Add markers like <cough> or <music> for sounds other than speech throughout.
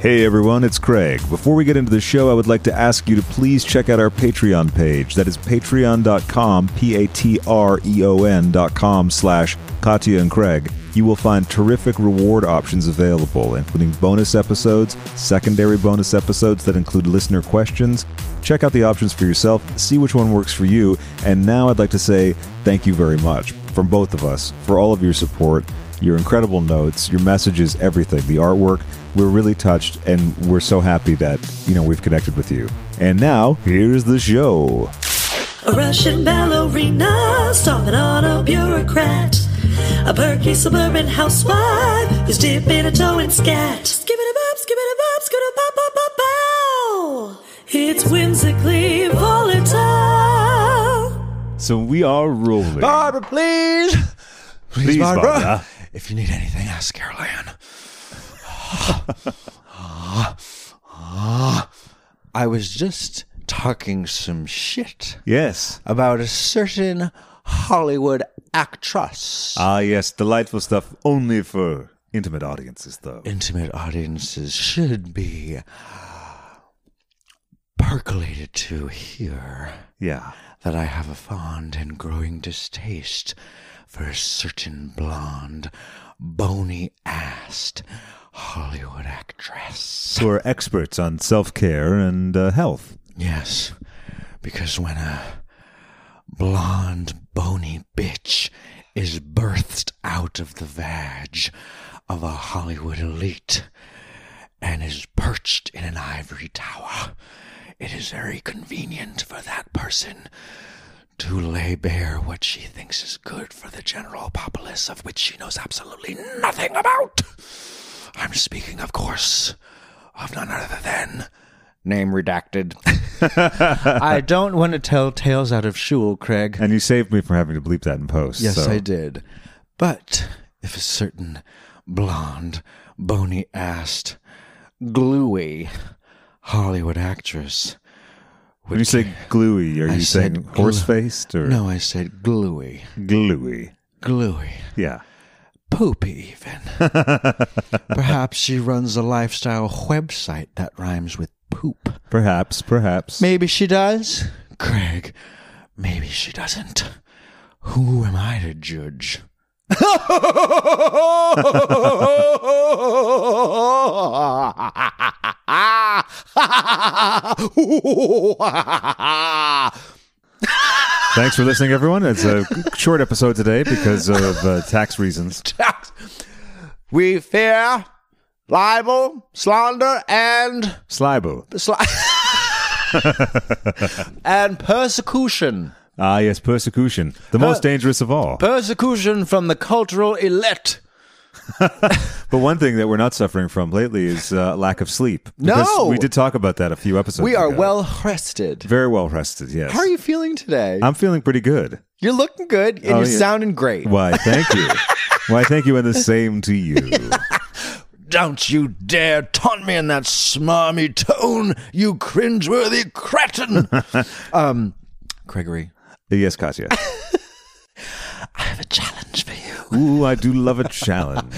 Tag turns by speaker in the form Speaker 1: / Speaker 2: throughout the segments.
Speaker 1: Hey everyone, it's Craig. Before we get into the show, I would like to ask you to please check out our Patreon page. That is patreon.com, P-A-T-R-E-O-N E dot com slash Katya and Craig. You will find terrific reward options available, including bonus episodes, secondary bonus episodes that include listener questions. Check out the options for yourself, see which one works for you, and now I'd like to say thank you very much from both of us for all of your support your incredible notes, your messages, everything, the artwork. We're really touched and we're so happy that, you know, we've connected with you. And now, here's the show.
Speaker 2: A Russian ballerina, starving auto bureaucrat. A perky suburban housewife who's dipping a toe in scat. Skip it up, skip it up, skip it up, pop, pop, pow. It's whimsically volatile.
Speaker 1: So we are rolling.
Speaker 3: Barbara, please. Please, Barbara.
Speaker 1: Barbara.
Speaker 3: If you need anything, ask Caroline. I was just talking some shit
Speaker 1: Yes.
Speaker 3: about a certain Hollywood actress.
Speaker 1: Ah, yes, delightful stuff only for intimate audiences, though.
Speaker 3: Intimate audiences should be percolated to here
Speaker 1: Yeah.
Speaker 3: that I have a fond and growing distaste for a certain blonde, bony assed Hollywood actress.
Speaker 1: Who are experts on self care and uh, health.
Speaker 3: Yes, because when a blonde, bony bitch is birthed out of the vag of a Hollywood elite and is perched in an ivory tower, it is very convenient for that person to lay bare what she thinks is good for the general populace, of which she knows absolutely nothing about. I'm speaking, of course, of none other than. Name redacted. <laughs> I don't want to tell tales out of shul, Craig.
Speaker 1: And you saved me from having to bleep that in post.
Speaker 3: Yes,
Speaker 1: so-
Speaker 3: I did. But if a certain blonde, bony assed, gluey Hollywood actress.
Speaker 1: When you say gluey, are
Speaker 3: I
Speaker 1: you
Speaker 3: said
Speaker 1: saying
Speaker 3: glu-
Speaker 1: horse faced or
Speaker 3: No, I said gluey.
Speaker 1: gluey?
Speaker 3: Gluey.
Speaker 1: Yeah.
Speaker 3: Poopy, even.
Speaker 1: <laughs>
Speaker 3: Perhaps she runs a lifestyle website that rhymes with poop.
Speaker 1: Perhaps, perhaps.
Speaker 3: Maybe she does. Craig, maybe she doesn't. Who am I to judge? <laughs>
Speaker 1: Thanks for listening, everyone. It's a short episode today because of uh, tax reasons.
Speaker 3: we fear libel, slander, and
Speaker 1: Slibo.
Speaker 3: sli- <laughs> and persecution.
Speaker 1: Ah, yes, persecution. The most dangerous of all.
Speaker 3: Persecution from the cultural elite.
Speaker 1: But one thing that we're not suffering from lately is uh, lack of sleep.
Speaker 3: No!
Speaker 1: Because We did talk about that a few episodes
Speaker 3: We are
Speaker 1: ago.
Speaker 3: well rested.
Speaker 1: Very well rested, yes.
Speaker 3: How are you feeling today?
Speaker 1: I'm feeling pretty good.
Speaker 3: You're looking good and
Speaker 1: Oh,
Speaker 3: you're
Speaker 1: yeah.
Speaker 3: sounding great.
Speaker 1: Why, thank
Speaker 3: <laughs>
Speaker 1: you. Why, thank you, and the same to you.
Speaker 3: Don't you dare taunt me in that smarmy tone, you cringeworthy cretin. <laughs> um, Gregory,
Speaker 1: Yes, Katya.
Speaker 3: I have a challenge for you.
Speaker 1: Ooh, I do love a challenge.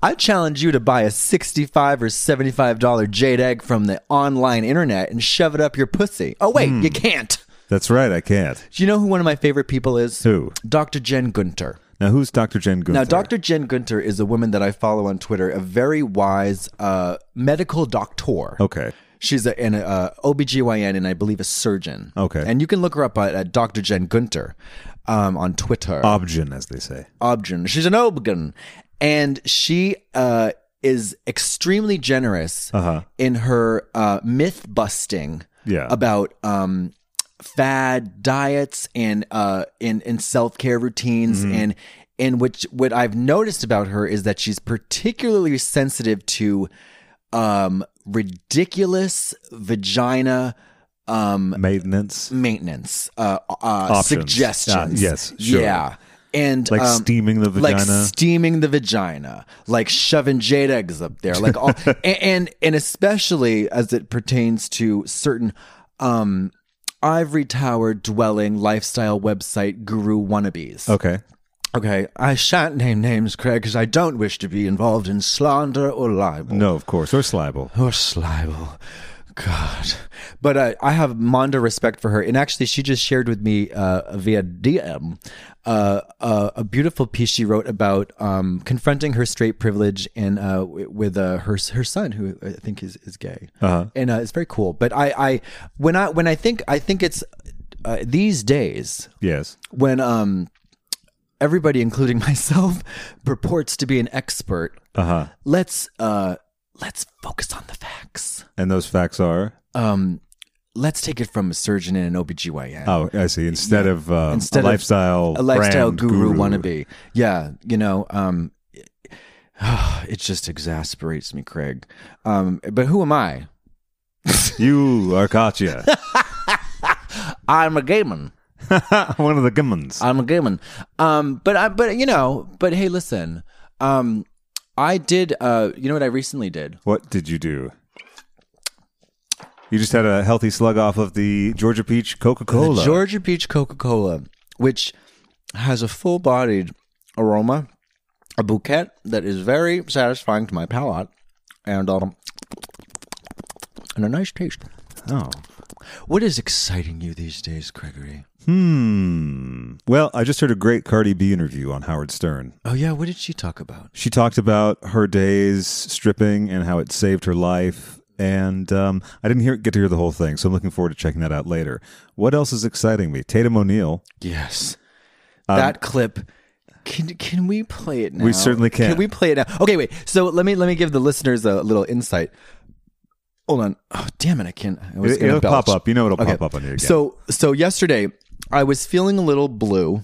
Speaker 3: I challenge you to buy a sixty-five or seventy-five dollar jade egg from the online internet and shove it up your pussy. Oh wait, you can't.
Speaker 1: That's right, I can't.
Speaker 3: Do you know who one of my favorite people is?
Speaker 1: Who?
Speaker 3: Dr. Jen Gunter.
Speaker 1: Now, who's Dr. Jen Gunther?
Speaker 3: Now, Dr. Jen Gunter is a woman that I follow on Twitter, a very wise uh, medical doctor.
Speaker 1: Okay.
Speaker 3: She's a, an uh, OBGYN and I believe a surgeon.
Speaker 1: Okay.
Speaker 3: And you can look her up at, at Dr. Jen Gunter um, on Twitter.
Speaker 1: Obgyn, as they say.
Speaker 3: Obgen. She's an Obgen. And she uh, is extremely generous in her uh, myth busting
Speaker 1: Uh-huh. Yeah.
Speaker 3: about um, fad diets and uh, in, in self care routines.
Speaker 1: Mm-hmm.
Speaker 3: And, and which, what I've noticed about her is that she's particularly sensitive to um, ridiculous vagina um,
Speaker 1: Maintenance.
Speaker 3: maintenance uh, uh, suggestions.
Speaker 1: Ah, yes, sure.
Speaker 3: Yeah. And
Speaker 1: Like
Speaker 3: um,
Speaker 1: steaming the
Speaker 3: like
Speaker 1: vagina.
Speaker 3: steaming the vagina, like shoving jade eggs up there, like
Speaker 1: <laughs>
Speaker 3: all, and, and and especially as it pertains to certain um ivory tower dwelling lifestyle website guru wannabes.
Speaker 1: okay.
Speaker 3: Okay, I shan't name names, Craig, because I don't wish to be involved in slander or libel
Speaker 1: No, of course. Or slibel.
Speaker 3: or Slival. God, but uh, I have Monda respect for her, and actually, she just shared with me uh, via DM uh, uh, a beautiful piece she wrote about um, confronting her straight privilege and uh, w- with uh, her her son, who I think is is gay, and uh, it's very cool. But I, I when I when I think I think it's uh, these days
Speaker 1: Yes.
Speaker 3: when um everybody including <laughs> myself purports to be an expert uh-huh. let's uh let's focus on the facts
Speaker 1: And those facts are.
Speaker 3: Um, let's take it from a surgeon and an obgyn
Speaker 1: Oh, I see. Instead of uh,
Speaker 3: Instead
Speaker 1: a
Speaker 3: of
Speaker 1: lifestyle,
Speaker 3: a lifestyle
Speaker 1: brand
Speaker 3: guru, wannabe yeah you know um <sighs> it just exasperates me craig um but who am i
Speaker 1: <laughs> You are
Speaker 3: <laughs>
Speaker 1: Katya,
Speaker 3: i'm a gay man
Speaker 1: one of the gummins.
Speaker 3: I'm a good one. Um, but I, but you know, but hey, listen, um, I did. Uh, you know what I recently did?
Speaker 1: What did you do? You just had a healthy slug off of the Georgia Peach Coca
Speaker 3: The
Speaker 1: Cola.
Speaker 3: Georgia Peach Coca Cola, which has a full bodied aroma, a bouquet that is very satisfying to my palate, and um, and a nice taste.
Speaker 1: oh.
Speaker 3: What is exciting you these days, Gregory?
Speaker 1: Hmm. Well, I just heard a great Cardi B interview on Howard Stern.
Speaker 3: Oh yeah, what did she talk about?
Speaker 1: She talked about her days stripping and how it saved her life. And um, I didn't hear, get to hear the whole thing, so I'm looking forward to checking that out later. What else is exciting me? Tatum O'Neill.
Speaker 3: Yes, that clip. Can, can we play it now?
Speaker 1: We certainly can.
Speaker 3: Can we play it now? Okay, wait. So let me let me give the listeners a little insight. Hold on. Oh, damn it! I can't. I was
Speaker 1: It,
Speaker 3: gonna
Speaker 1: will
Speaker 3: belch.
Speaker 1: pop up. You know it'll
Speaker 3: Okay.
Speaker 1: pop up on you again.
Speaker 3: So so yesterday I was feeling a little blue,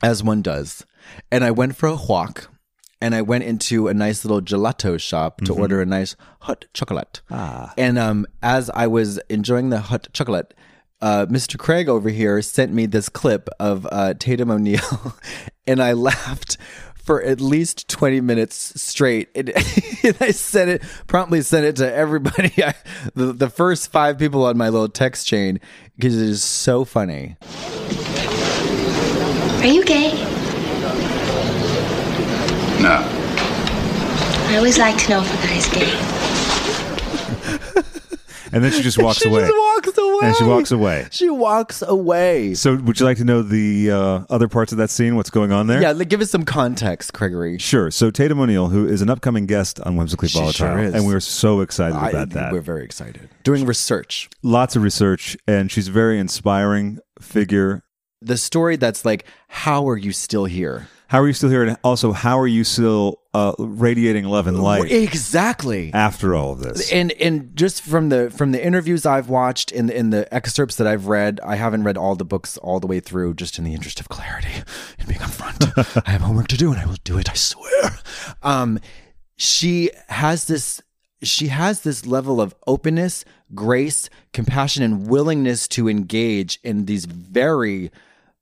Speaker 3: as one does, and I went for a walk, and I went into a nice little gelato shop to order a nice hot chocolate. Ah. And um, as I was enjoying the hot chocolate. Uh, Mr. Craig over here sent me this clip of uh, Tatum O'Neill, <laughs> and I laughed for at least 20 minutes straight. And, <laughs> and I sent it, promptly sent it to everybody. <laughs> I, the, the first five people on my little text chain because it is so funny.
Speaker 4: Are you gay?
Speaker 5: No.
Speaker 4: I always like to know if a guy's gay.
Speaker 1: and then she just <laughs> walks
Speaker 3: <laughs> she
Speaker 1: away.
Speaker 3: just walks away.
Speaker 1: And she walks away.
Speaker 3: She walks away.
Speaker 1: So, would you like to know the uh, other parts of that scene? What's going on there?
Speaker 3: Yeah, like, give us some context, Gregory.
Speaker 1: Sure. So, Tatum O'Neill, who is an upcoming guest on Whimsically
Speaker 3: She
Speaker 1: Volatile,
Speaker 3: sure is.
Speaker 1: and we're so excited
Speaker 3: I-
Speaker 1: about that.
Speaker 3: We're very excited. Doing research.
Speaker 1: Lots of research, and she's a very inspiring figure.
Speaker 3: The story that's like, how are you still here?
Speaker 1: How are you still here? And also, how are you still uh, radiating love and light
Speaker 3: exactly.
Speaker 1: after all of this?
Speaker 3: and and just from the from the interviews I've watched and in the excerpts that I've read, I haven't read all the books all the way through, just in the interest of clarity <laughs> and
Speaker 1: <laughs>
Speaker 3: being upfront. I have homework to do, and I will do it. I swear. Um, she has this. She has this level of openness, grace, compassion, and willingness to engage in these very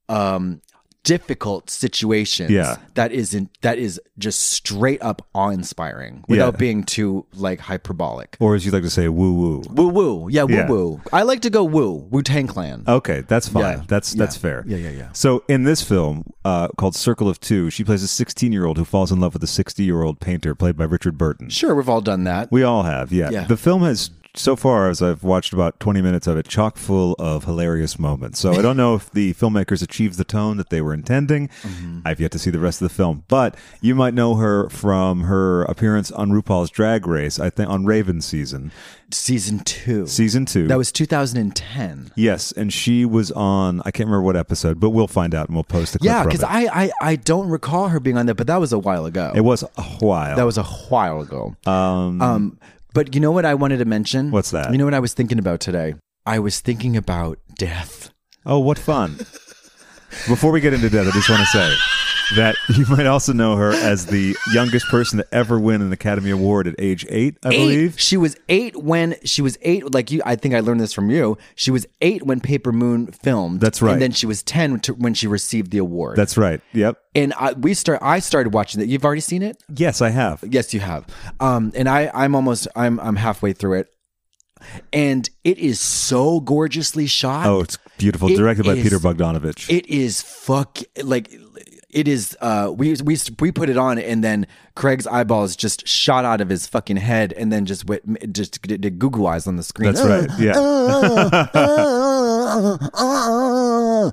Speaker 3: um, difficult situations.
Speaker 1: Yeah.
Speaker 3: that isn't that is just straight up awe inspiring without
Speaker 1: Yeah.
Speaker 3: being too like hyperbolic.
Speaker 1: Or, as you like to say, woo woo.
Speaker 3: Woo woo. Yeah, Oh. woo
Speaker 1: Yeah.
Speaker 3: woo. I like to go woo. Wu Tang Clan.
Speaker 1: Okay, that's fine.
Speaker 3: Yeah.
Speaker 1: That's that's
Speaker 3: Yeah.
Speaker 1: fair.
Speaker 3: Yeah, yeah, yeah.
Speaker 1: So in this film uh, called Circle of Two, she plays a 16 year old who falls in love with a 60 year old painter played by Richard Burton.
Speaker 3: Sure, we've all done that.
Speaker 1: We all have, yeah.
Speaker 3: Yeah.
Speaker 1: The film has, so far as I've watched about 20 minutes of it, chock full of hilarious moments. So I don't know if the filmmakers achieved the tone that they were intending.
Speaker 3: Mm-hmm.
Speaker 1: I've yet to see the rest of the film, but you might know her from her appearance on RuPaul's Drag Race, I think on Raven season,
Speaker 3: Season two.
Speaker 1: season two.
Speaker 3: That was 2010.
Speaker 1: Yes, and she was on. I can't remember what episode, but we'll find out and we'll post the clip.
Speaker 3: Yeah,
Speaker 1: from
Speaker 3: because
Speaker 1: it.
Speaker 3: I, I I don't recall her being on that, but that was a while ago.
Speaker 1: It was a while.
Speaker 3: that was a while ago. Um, um but you know what I wanted to mention?
Speaker 1: What's that?
Speaker 3: You know what I was thinking about today? I was thinking about death.
Speaker 1: oh, what fun! Before we get into death, I just want to say that you might also know her as the youngest person to ever win an Academy Award at age eight, I
Speaker 6: Eight.
Speaker 1: believe.
Speaker 3: She was eight when she was eight. Like you, I think I learned this from you. She was eight when Paper Moon filmed.
Speaker 1: That's right.
Speaker 3: And then she was ten to, when she received the award.
Speaker 1: That's right. Yep.
Speaker 3: and I, we start. I started watching it. You've already seen it.
Speaker 1: Yes, I have.
Speaker 3: Yes, you have. Um, and I, I'm almost. I'm, I'm halfway through it, and it is so gorgeously shot.
Speaker 1: Oh, it's beautiful.
Speaker 3: It
Speaker 1: Directed by
Speaker 3: is-
Speaker 1: Peter Bogdanovich.
Speaker 3: It is fuck like it is uh we we we put it on and then Craig's eyeballs just shot out of his fucking head and then just went just did, did Google eyes on the screen.
Speaker 1: That's
Speaker 3: <laughs>
Speaker 1: right. Yeah.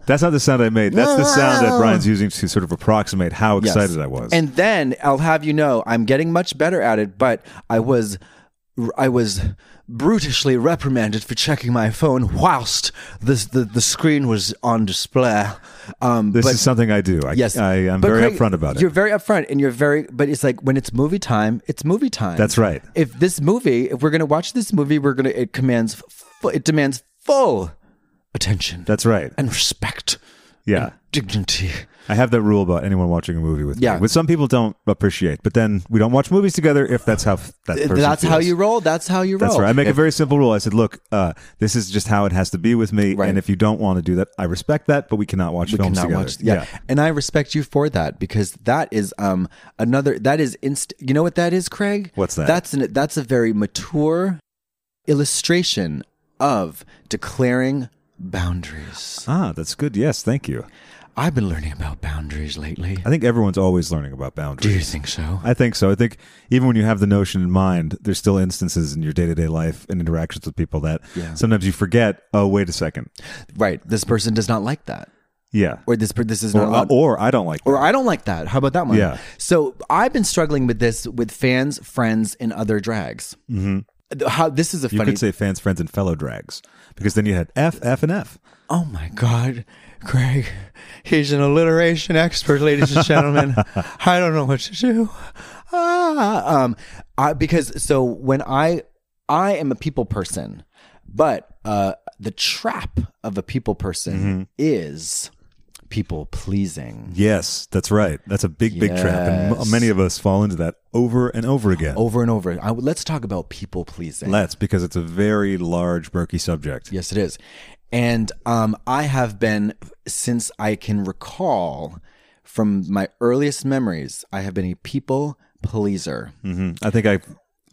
Speaker 1: That's not the sound I made. That's the sound that Brian's using to sort of approximate how
Speaker 3: Yes.
Speaker 1: excited I was.
Speaker 3: And then I'll have you know I'm getting much better at it, but I was I was brutishly reprimanded for checking my phone whilst this the, the screen was on display. Um
Speaker 1: this
Speaker 3: but-
Speaker 1: is something I do. I,
Speaker 3: Yes,
Speaker 1: I am
Speaker 3: But
Speaker 1: very
Speaker 3: Craig,
Speaker 1: upfront about it.
Speaker 3: You're very upfront, and you're very. But it's like when it's movie time, it's movie time.
Speaker 1: That's right.
Speaker 3: If this movie, if we're gonna watch this movie, we're gonna it commands, fu- it demands full attention
Speaker 1: That's right.
Speaker 3: and respect,
Speaker 1: Yeah.
Speaker 3: dignity.
Speaker 1: I have that rule about anyone watching a movie with
Speaker 3: Yeah.
Speaker 1: me, which some people don't appreciate. But then we don't watch movies together if that's how f- that person
Speaker 3: That's how
Speaker 1: feels.
Speaker 3: you roll. That's how you roll.
Speaker 1: That's right. I make a
Speaker 3: If-
Speaker 1: very simple rule. I said, look, uh, this is just how it has to be with me,
Speaker 3: Right.
Speaker 1: and if you don't want to do that, I respect that. But we cannot watch
Speaker 3: we
Speaker 1: films
Speaker 3: cannot
Speaker 1: together.
Speaker 3: watch. Yeah. and I respect you for that because that is um another that is inst. You know what that is, Craig?
Speaker 1: What's that?
Speaker 3: That's an that's a very mature illustration of declaring boundaries.
Speaker 1: Ah, that's good. Yes, thank you.
Speaker 3: I've been learning about boundaries lately.
Speaker 1: I think everyone's always learning about
Speaker 3: Do
Speaker 1: boundaries.
Speaker 3: you think so?
Speaker 1: I think so. I think even when you have the notion in mind, there's still instances in your day to day life and interactions with people that
Speaker 3: Yeah.
Speaker 1: sometimes you forget. Oh, wait a second.
Speaker 3: Right. This person does not like that,
Speaker 1: Yeah.
Speaker 3: or this per- this is
Speaker 1: Or, uh,
Speaker 3: not. allowed-
Speaker 1: or I don't like.
Speaker 3: or
Speaker 1: that.
Speaker 3: I don't like that. How about that one?
Speaker 1: Yeah.
Speaker 3: So I've been struggling with this with fans, friends, and other drags. Mm-hmm. How this is a
Speaker 1: you
Speaker 3: funny.
Speaker 1: could say fans, friends, and fellow drags because then you had F, F, and F.
Speaker 3: oh my God, Craig, he's an alliteration expert, ladies and gentlemen. I don't know what to do. Ah, um, I, because so when I I am a people person, but uh, the trap of a people person is people pleasing.
Speaker 1: Yes, that's right. That's a big, big trap, and m-
Speaker 3: Yes. Oh,
Speaker 1: many of us fall into that over and over again.
Speaker 3: over and over. I, let's talk about people pleasing.
Speaker 1: Let's because it's a very large, murky subject.
Speaker 3: yes, it is. And um, I have been since I can recall from my earliest memories. I have been a people pleaser.
Speaker 1: hmm I think I've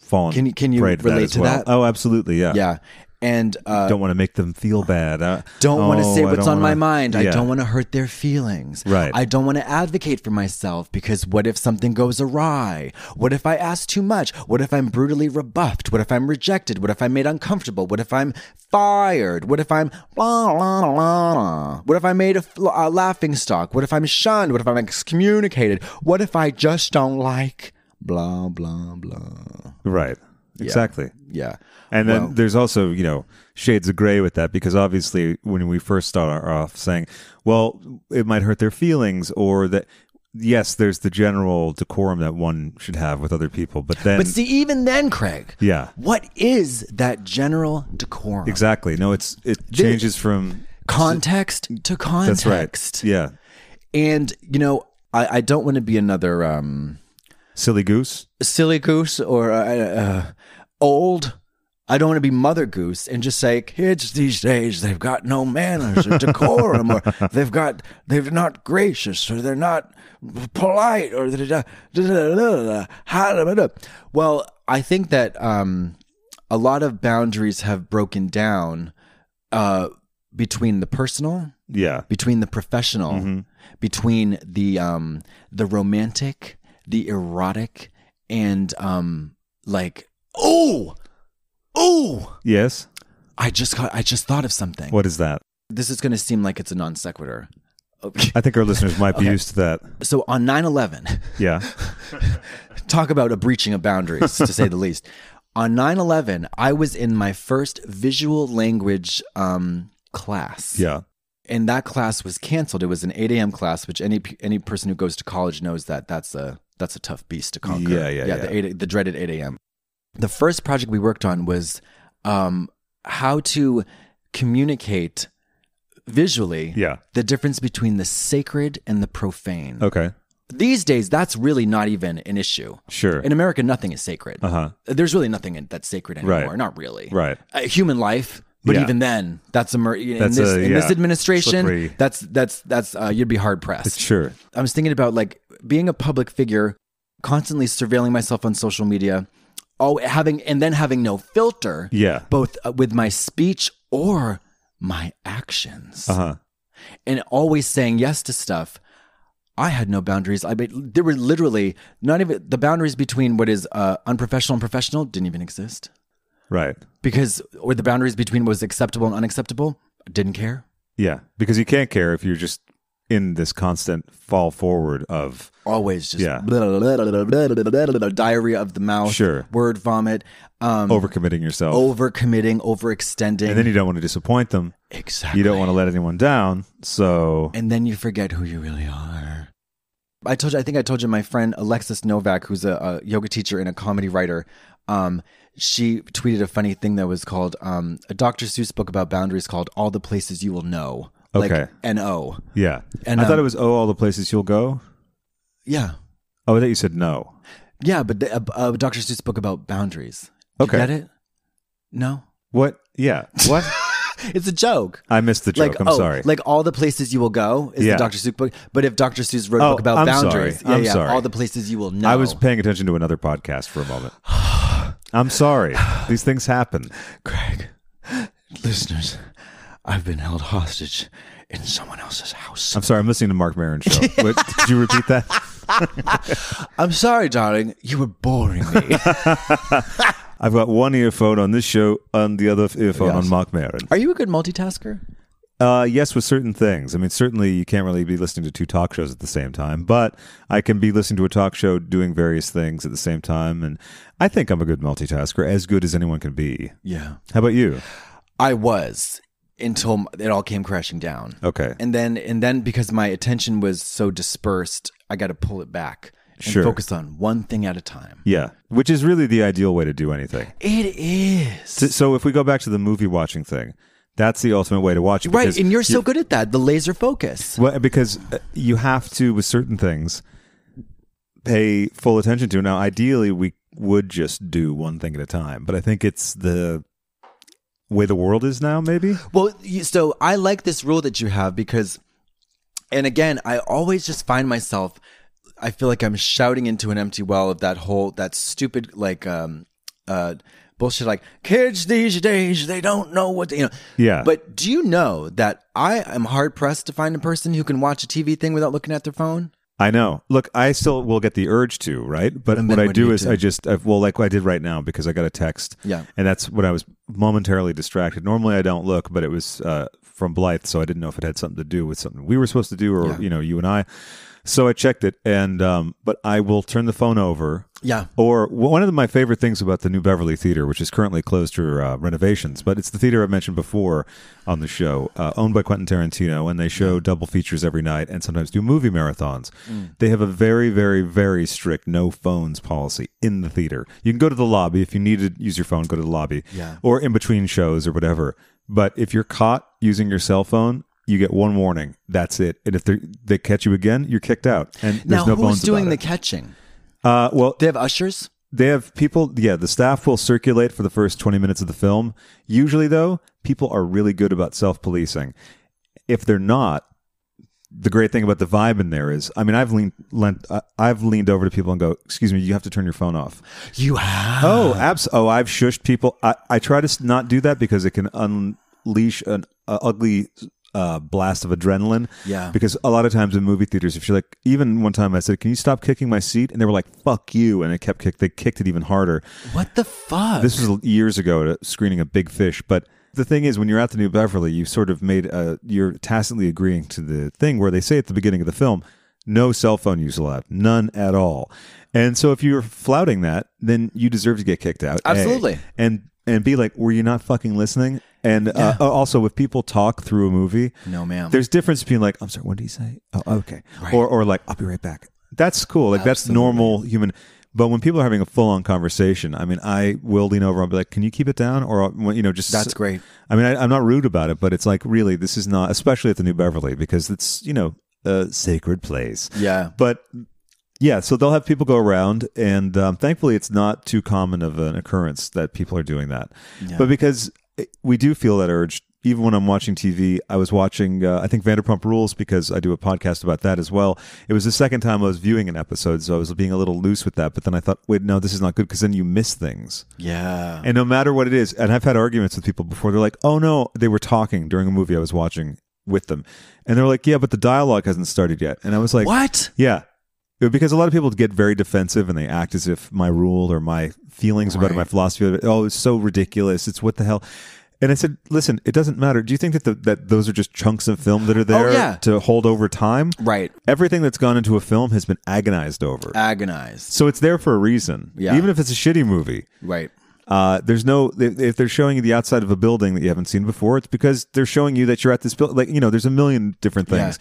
Speaker 1: fallen.
Speaker 3: Can you- can you
Speaker 1: prey to that
Speaker 3: relate
Speaker 1: as
Speaker 3: to
Speaker 1: well.
Speaker 3: that?
Speaker 1: Oh, absolutely. Yeah.
Speaker 3: Yeah, and uh,
Speaker 1: Don't want to make them feel bad. Uh,
Speaker 3: don't want to
Speaker 1: oh,
Speaker 3: say
Speaker 1: I
Speaker 3: what's
Speaker 1: don't
Speaker 3: on my
Speaker 1: wanna-
Speaker 3: mind. I
Speaker 1: Yeah.
Speaker 3: don't want to hurt their feelings.
Speaker 1: Right.
Speaker 3: I don't want to advocate for myself because what if something goes awry? What if I ask too much? What if I'm brutally rebuffed? What if I'm rejected? What if I'm made uncomfortable? What if I'm fired? What if I'm blah, blah, blah, blah? What if I'm made a, fl- a laughing stock? What if I'm shunned? What if I'm excommunicated? What if I just don't like blah, blah, blah?
Speaker 1: Right. Exactly.
Speaker 3: Yeah.
Speaker 1: And then
Speaker 3: Well-
Speaker 1: there's also, you know, shades of gray with that because obviously when we first start our- off saying, well, it might hurt their feelings or that, yes, there's the general decorum that one should have with other people, but then.
Speaker 3: But see, even then, Craig.
Speaker 1: Yeah.
Speaker 3: What is that general decorum?
Speaker 1: exactly. No, it's it changes from.
Speaker 3: Context to context.
Speaker 1: That's right. Yeah.
Speaker 3: And you know, I, I don't want to be another um,
Speaker 1: Silly goose.
Speaker 3: silly goose or uh, uh, old. I don't want to be mother goose and just say kids these days they've got no manners or decorum or they've got they're not gracious or they're not polite or da- da- da- da- da- da- da- ha- da- da- da." well I think that um, a lot of boundaries have broken down uh, between the personal
Speaker 1: Yeah.
Speaker 3: between the professional, between the um the romantic, the erotic, and um like oh oh
Speaker 1: Yes.
Speaker 3: I just got I just thought of something.
Speaker 1: What is that?
Speaker 3: This is gonna seem like it's a non sequitur.
Speaker 1: I think our listeners might be used to that.
Speaker 3: So on 9-11,
Speaker 1: Yeah.
Speaker 3: <laughs> talk about a breaching of boundaries to say the least. On 9-11, I was in my first visual language um class.
Speaker 1: Yeah.
Speaker 3: and that class was canceled. It was an 8 a.m. class, which any any person who goes to college knows that that's a that's a tough beast to conquer.
Speaker 1: Yeah, yeah, yeah.
Speaker 3: The, 8, the dreaded 8 a.m. The first project we worked on was um, how to communicate visually
Speaker 1: Yeah.
Speaker 3: the difference between the sacred and the profane.
Speaker 1: Okay.
Speaker 3: These days, that's really not even an issue.
Speaker 1: Sure.
Speaker 3: In America, nothing is sacred.
Speaker 1: Uh-huh.
Speaker 3: There's really nothing in- that's sacred
Speaker 1: Right.
Speaker 3: anymore. Not really.
Speaker 1: Right.
Speaker 3: Uh, human life. But
Speaker 1: Yeah.
Speaker 3: even then, that's a mer- in,
Speaker 1: That's
Speaker 3: this,
Speaker 1: a-
Speaker 3: in this
Speaker 1: yeah.
Speaker 3: administration.
Speaker 1: Slippery.
Speaker 3: That's that's that's uh, you'd be hard pressed.
Speaker 1: Sure.
Speaker 3: I was thinking about like being a public figure, constantly surveilling myself on social media, oh having and then having no filter,
Speaker 1: Yeah.
Speaker 3: both uh, with my speech or my actions,
Speaker 1: Uh huh.
Speaker 3: and always saying yes to stuff. I had no boundaries. I made, there were literally not even the boundaries between what is uh, unprofessional and professional didn't even exist
Speaker 1: Right.
Speaker 3: because or the boundaries between what was acceptable and unacceptable didn't care.
Speaker 1: Yeah. Because you can't care if you're just in this constant fall forward of
Speaker 3: Always just
Speaker 1: Yeah.
Speaker 3: diarrhea of the mouth,
Speaker 1: Sure.
Speaker 3: word vomit. Um,
Speaker 1: overcommitting yourself.
Speaker 3: overcommitting, overextending.
Speaker 1: And then you don't want to disappoint them.
Speaker 3: exactly.
Speaker 1: You don't want to let anyone down. So,
Speaker 3: And then you forget who you really are. I told you. I think I told you my friend Alexis Novak, who's a, a yoga teacher and a comedy writer. Um, she tweeted a funny thing that was called um, a Dr. Seuss book about boundaries called "All the Places You Will Know."
Speaker 1: Okay.
Speaker 3: Like N O.
Speaker 1: yeah.
Speaker 3: And,
Speaker 1: I thought
Speaker 3: um,
Speaker 1: it was, oh, all the places you'll go.
Speaker 3: Yeah.
Speaker 1: Oh, I thought you said no.
Speaker 3: Yeah, but the, uh, uh, Dr. Seuss book about boundaries. Did
Speaker 1: Okay.
Speaker 3: You get it? No.
Speaker 1: What? Yeah.
Speaker 3: <laughs>
Speaker 1: What?
Speaker 3: It's a joke.
Speaker 1: I missed the joke. I'm
Speaker 3: oh,
Speaker 1: sorry.
Speaker 3: Like all the places you will go is
Speaker 1: Yeah.
Speaker 3: the Dr. Seuss book. But if Dr. Seuss wrote
Speaker 1: Oh,
Speaker 3: a book about
Speaker 1: I'm
Speaker 3: boundaries,
Speaker 1: sorry.
Speaker 3: yeah,
Speaker 1: I'm
Speaker 3: yeah,
Speaker 1: sorry.
Speaker 3: all the places you will know.
Speaker 1: I was paying attention to another podcast for a moment. <sighs> I'm sorry. These things happen. <gasps>
Speaker 6: Craig, listeners, I've been held hostage in someone else's house.
Speaker 1: I'm sorry. I'm listening to Mark Maron show. Wait, did you repeat that?
Speaker 3: I'm sorry, darling. You were boring
Speaker 1: <laughs>
Speaker 3: me.
Speaker 1: I've got one earphone on this show and the other earphone on Mark Maron.
Speaker 3: Are you a good multitasker?
Speaker 1: Uh, yes, with certain things. I mean, certainly you can't really be listening to two talk shows at the same time, but I can be listening to a talk show doing various things at the same time. And I think I'm a good multitasker, as good as anyone can be.
Speaker 3: Yeah.
Speaker 1: How about you?
Speaker 3: I was until m- it all came crashing down.
Speaker 1: Okay.
Speaker 3: And then and then because my attention was so dispersed, I got to pull it back and
Speaker 1: Sure.
Speaker 3: focus on one thing at a time.
Speaker 1: Yeah, which is really the ideal way to do anything.
Speaker 3: It is.
Speaker 1: So, so if we go back to the movie watching thing, that's the ultimate way to watch it.
Speaker 3: Right,
Speaker 1: because
Speaker 3: and you're so good at that, the laser focus.
Speaker 1: Well, because uh, you have to with certain things pay full attention to. Now, ideally, we would just do one thing at a time, but I think it's the way the world is now. Maybe
Speaker 3: Well, you, so I like this rule that you have because, and again, I always just find myself. I feel like I'm shouting into an empty well of that whole that stupid like um uh bullshit like kids these days they don't know what to, you know
Speaker 1: Yeah.
Speaker 3: but do you know that I am hard pressed to find a person who can watch a TV thing without looking at their phone
Speaker 1: I know. Look, I still will get the urge to right, but
Speaker 3: And
Speaker 1: what
Speaker 3: then
Speaker 1: I
Speaker 3: what do
Speaker 1: do
Speaker 3: you
Speaker 1: is
Speaker 3: do?
Speaker 1: I just I, well, like what I did right now because I got a text.
Speaker 3: Yeah.
Speaker 1: and that's when I was momentarily distracted. Normally, I don't look, but it was uh, from Blythe, so I didn't know if it had something to do with something we were supposed to do, or
Speaker 3: Yeah.
Speaker 1: you know, you and I. So I checked it, and um, but I will turn the phone over.
Speaker 3: yeah
Speaker 1: Or w- one of the- my favorite things about the New Beverly Theater, which is currently closed for uh, renovations, but it's the theater I've mentioned before on the show, uh, owned by Quentin Tarantino, and they show double features every night and sometimes do movie marathons.
Speaker 3: Mm.
Speaker 1: They have a very, very, very strict no phones policy in the theater. You can go to the lobby if you need to use your phone, go to the lobby,
Speaker 3: Yeah.
Speaker 1: or in between shows or whatever. But if you're caught using your cell phone, you get one warning. That's it. And if they're- they catch you again, you're kicked out. And
Speaker 3: now
Speaker 1: there's no
Speaker 3: who's
Speaker 1: bones
Speaker 3: doing the
Speaker 1: about it.
Speaker 3: catching
Speaker 1: uh, well,
Speaker 3: they have ushers
Speaker 1: they have people yeah the staff will circulate for the first 20 minutes of the film usually though people are really good about self-policing if they're not the great thing about the vibe in there is i mean i've leaned lent, uh, i've leaned over to people and go excuse me you have to turn your phone off
Speaker 3: you have
Speaker 1: oh abs oh i've shushed people i, I try to s- not do that because it can unleash an uh, ugly uh, blast of adrenaline
Speaker 3: Yeah.
Speaker 1: because a lot of times in movie theaters if you're like even one time i said can you stop kicking my seat and they were like fuck you and they kept kick they kicked it even harder
Speaker 3: what the fuck
Speaker 1: this was years ago at a screening of Big Fish, but the thing is, when you're at the New Beverly, you sort of made a, you're tacitly agreeing to the thing where they say at the beginning of the film, no cell phone use allowed, none at all. And so if you're flouting that, then you deserve to get kicked out. A.
Speaker 3: Absolutely.
Speaker 1: and and be like, were you not fucking listening? And uh, also, if people talk through a movie,
Speaker 3: No, ma'am.
Speaker 1: There's difference between like, I'm sorry, what did he say? Oh, okay, or or like, I'll be right back. That's cool. Like that's normal human. But when people are having a full on conversation, I mean, I will lean over. I'll be like, "Can you keep it down?" Or uh, you know, just
Speaker 3: That's great.
Speaker 1: I mean, I, I'm not rude about it, but it's like really, this is not, especially at the New Beverly, because it's you know a sacred place.
Speaker 3: Yeah.
Speaker 1: But yeah, so they'll have people go around, and um, thankfully, it's not too common of an occurrence that people are doing that. But because it- we do feel that urge, even when I'm watching TV, I was watching, uh, I think Vanderpump Rules because I do a podcast about that as well. It was the second time I was viewing an episode, so I was being a little loose with that. But then I thought, wait, no, this is not good because then you miss things.
Speaker 3: Yeah.
Speaker 1: And no matter what it is, and I've had arguments with people before, they're like, oh no, they were talking during a movie I was watching with them. And they're like, yeah, but the dialogue hasn't started yet. And I was like,
Speaker 3: what?
Speaker 1: yeah. Because a lot of people get very defensive and they act as if my rule or my feelings about it, my philosophy, oh, it's so ridiculous. It's what the hell. And I said, listen, it doesn't matter. Do you think that the, that those are just chunks of film that are there
Speaker 3: Oh, yeah.
Speaker 1: to hold over time?
Speaker 3: Right.
Speaker 1: Everything that's gone into a film has been agonized over.
Speaker 3: Agonized.
Speaker 1: so it's there for a reason.
Speaker 3: Yeah.
Speaker 1: Even if it's a shitty movie.
Speaker 3: Right.
Speaker 1: Uh, there's no if if they're showing you the outside of a building that you haven't seen before, it's because they're showing you that you're at this building. Like you know, there's a million different things.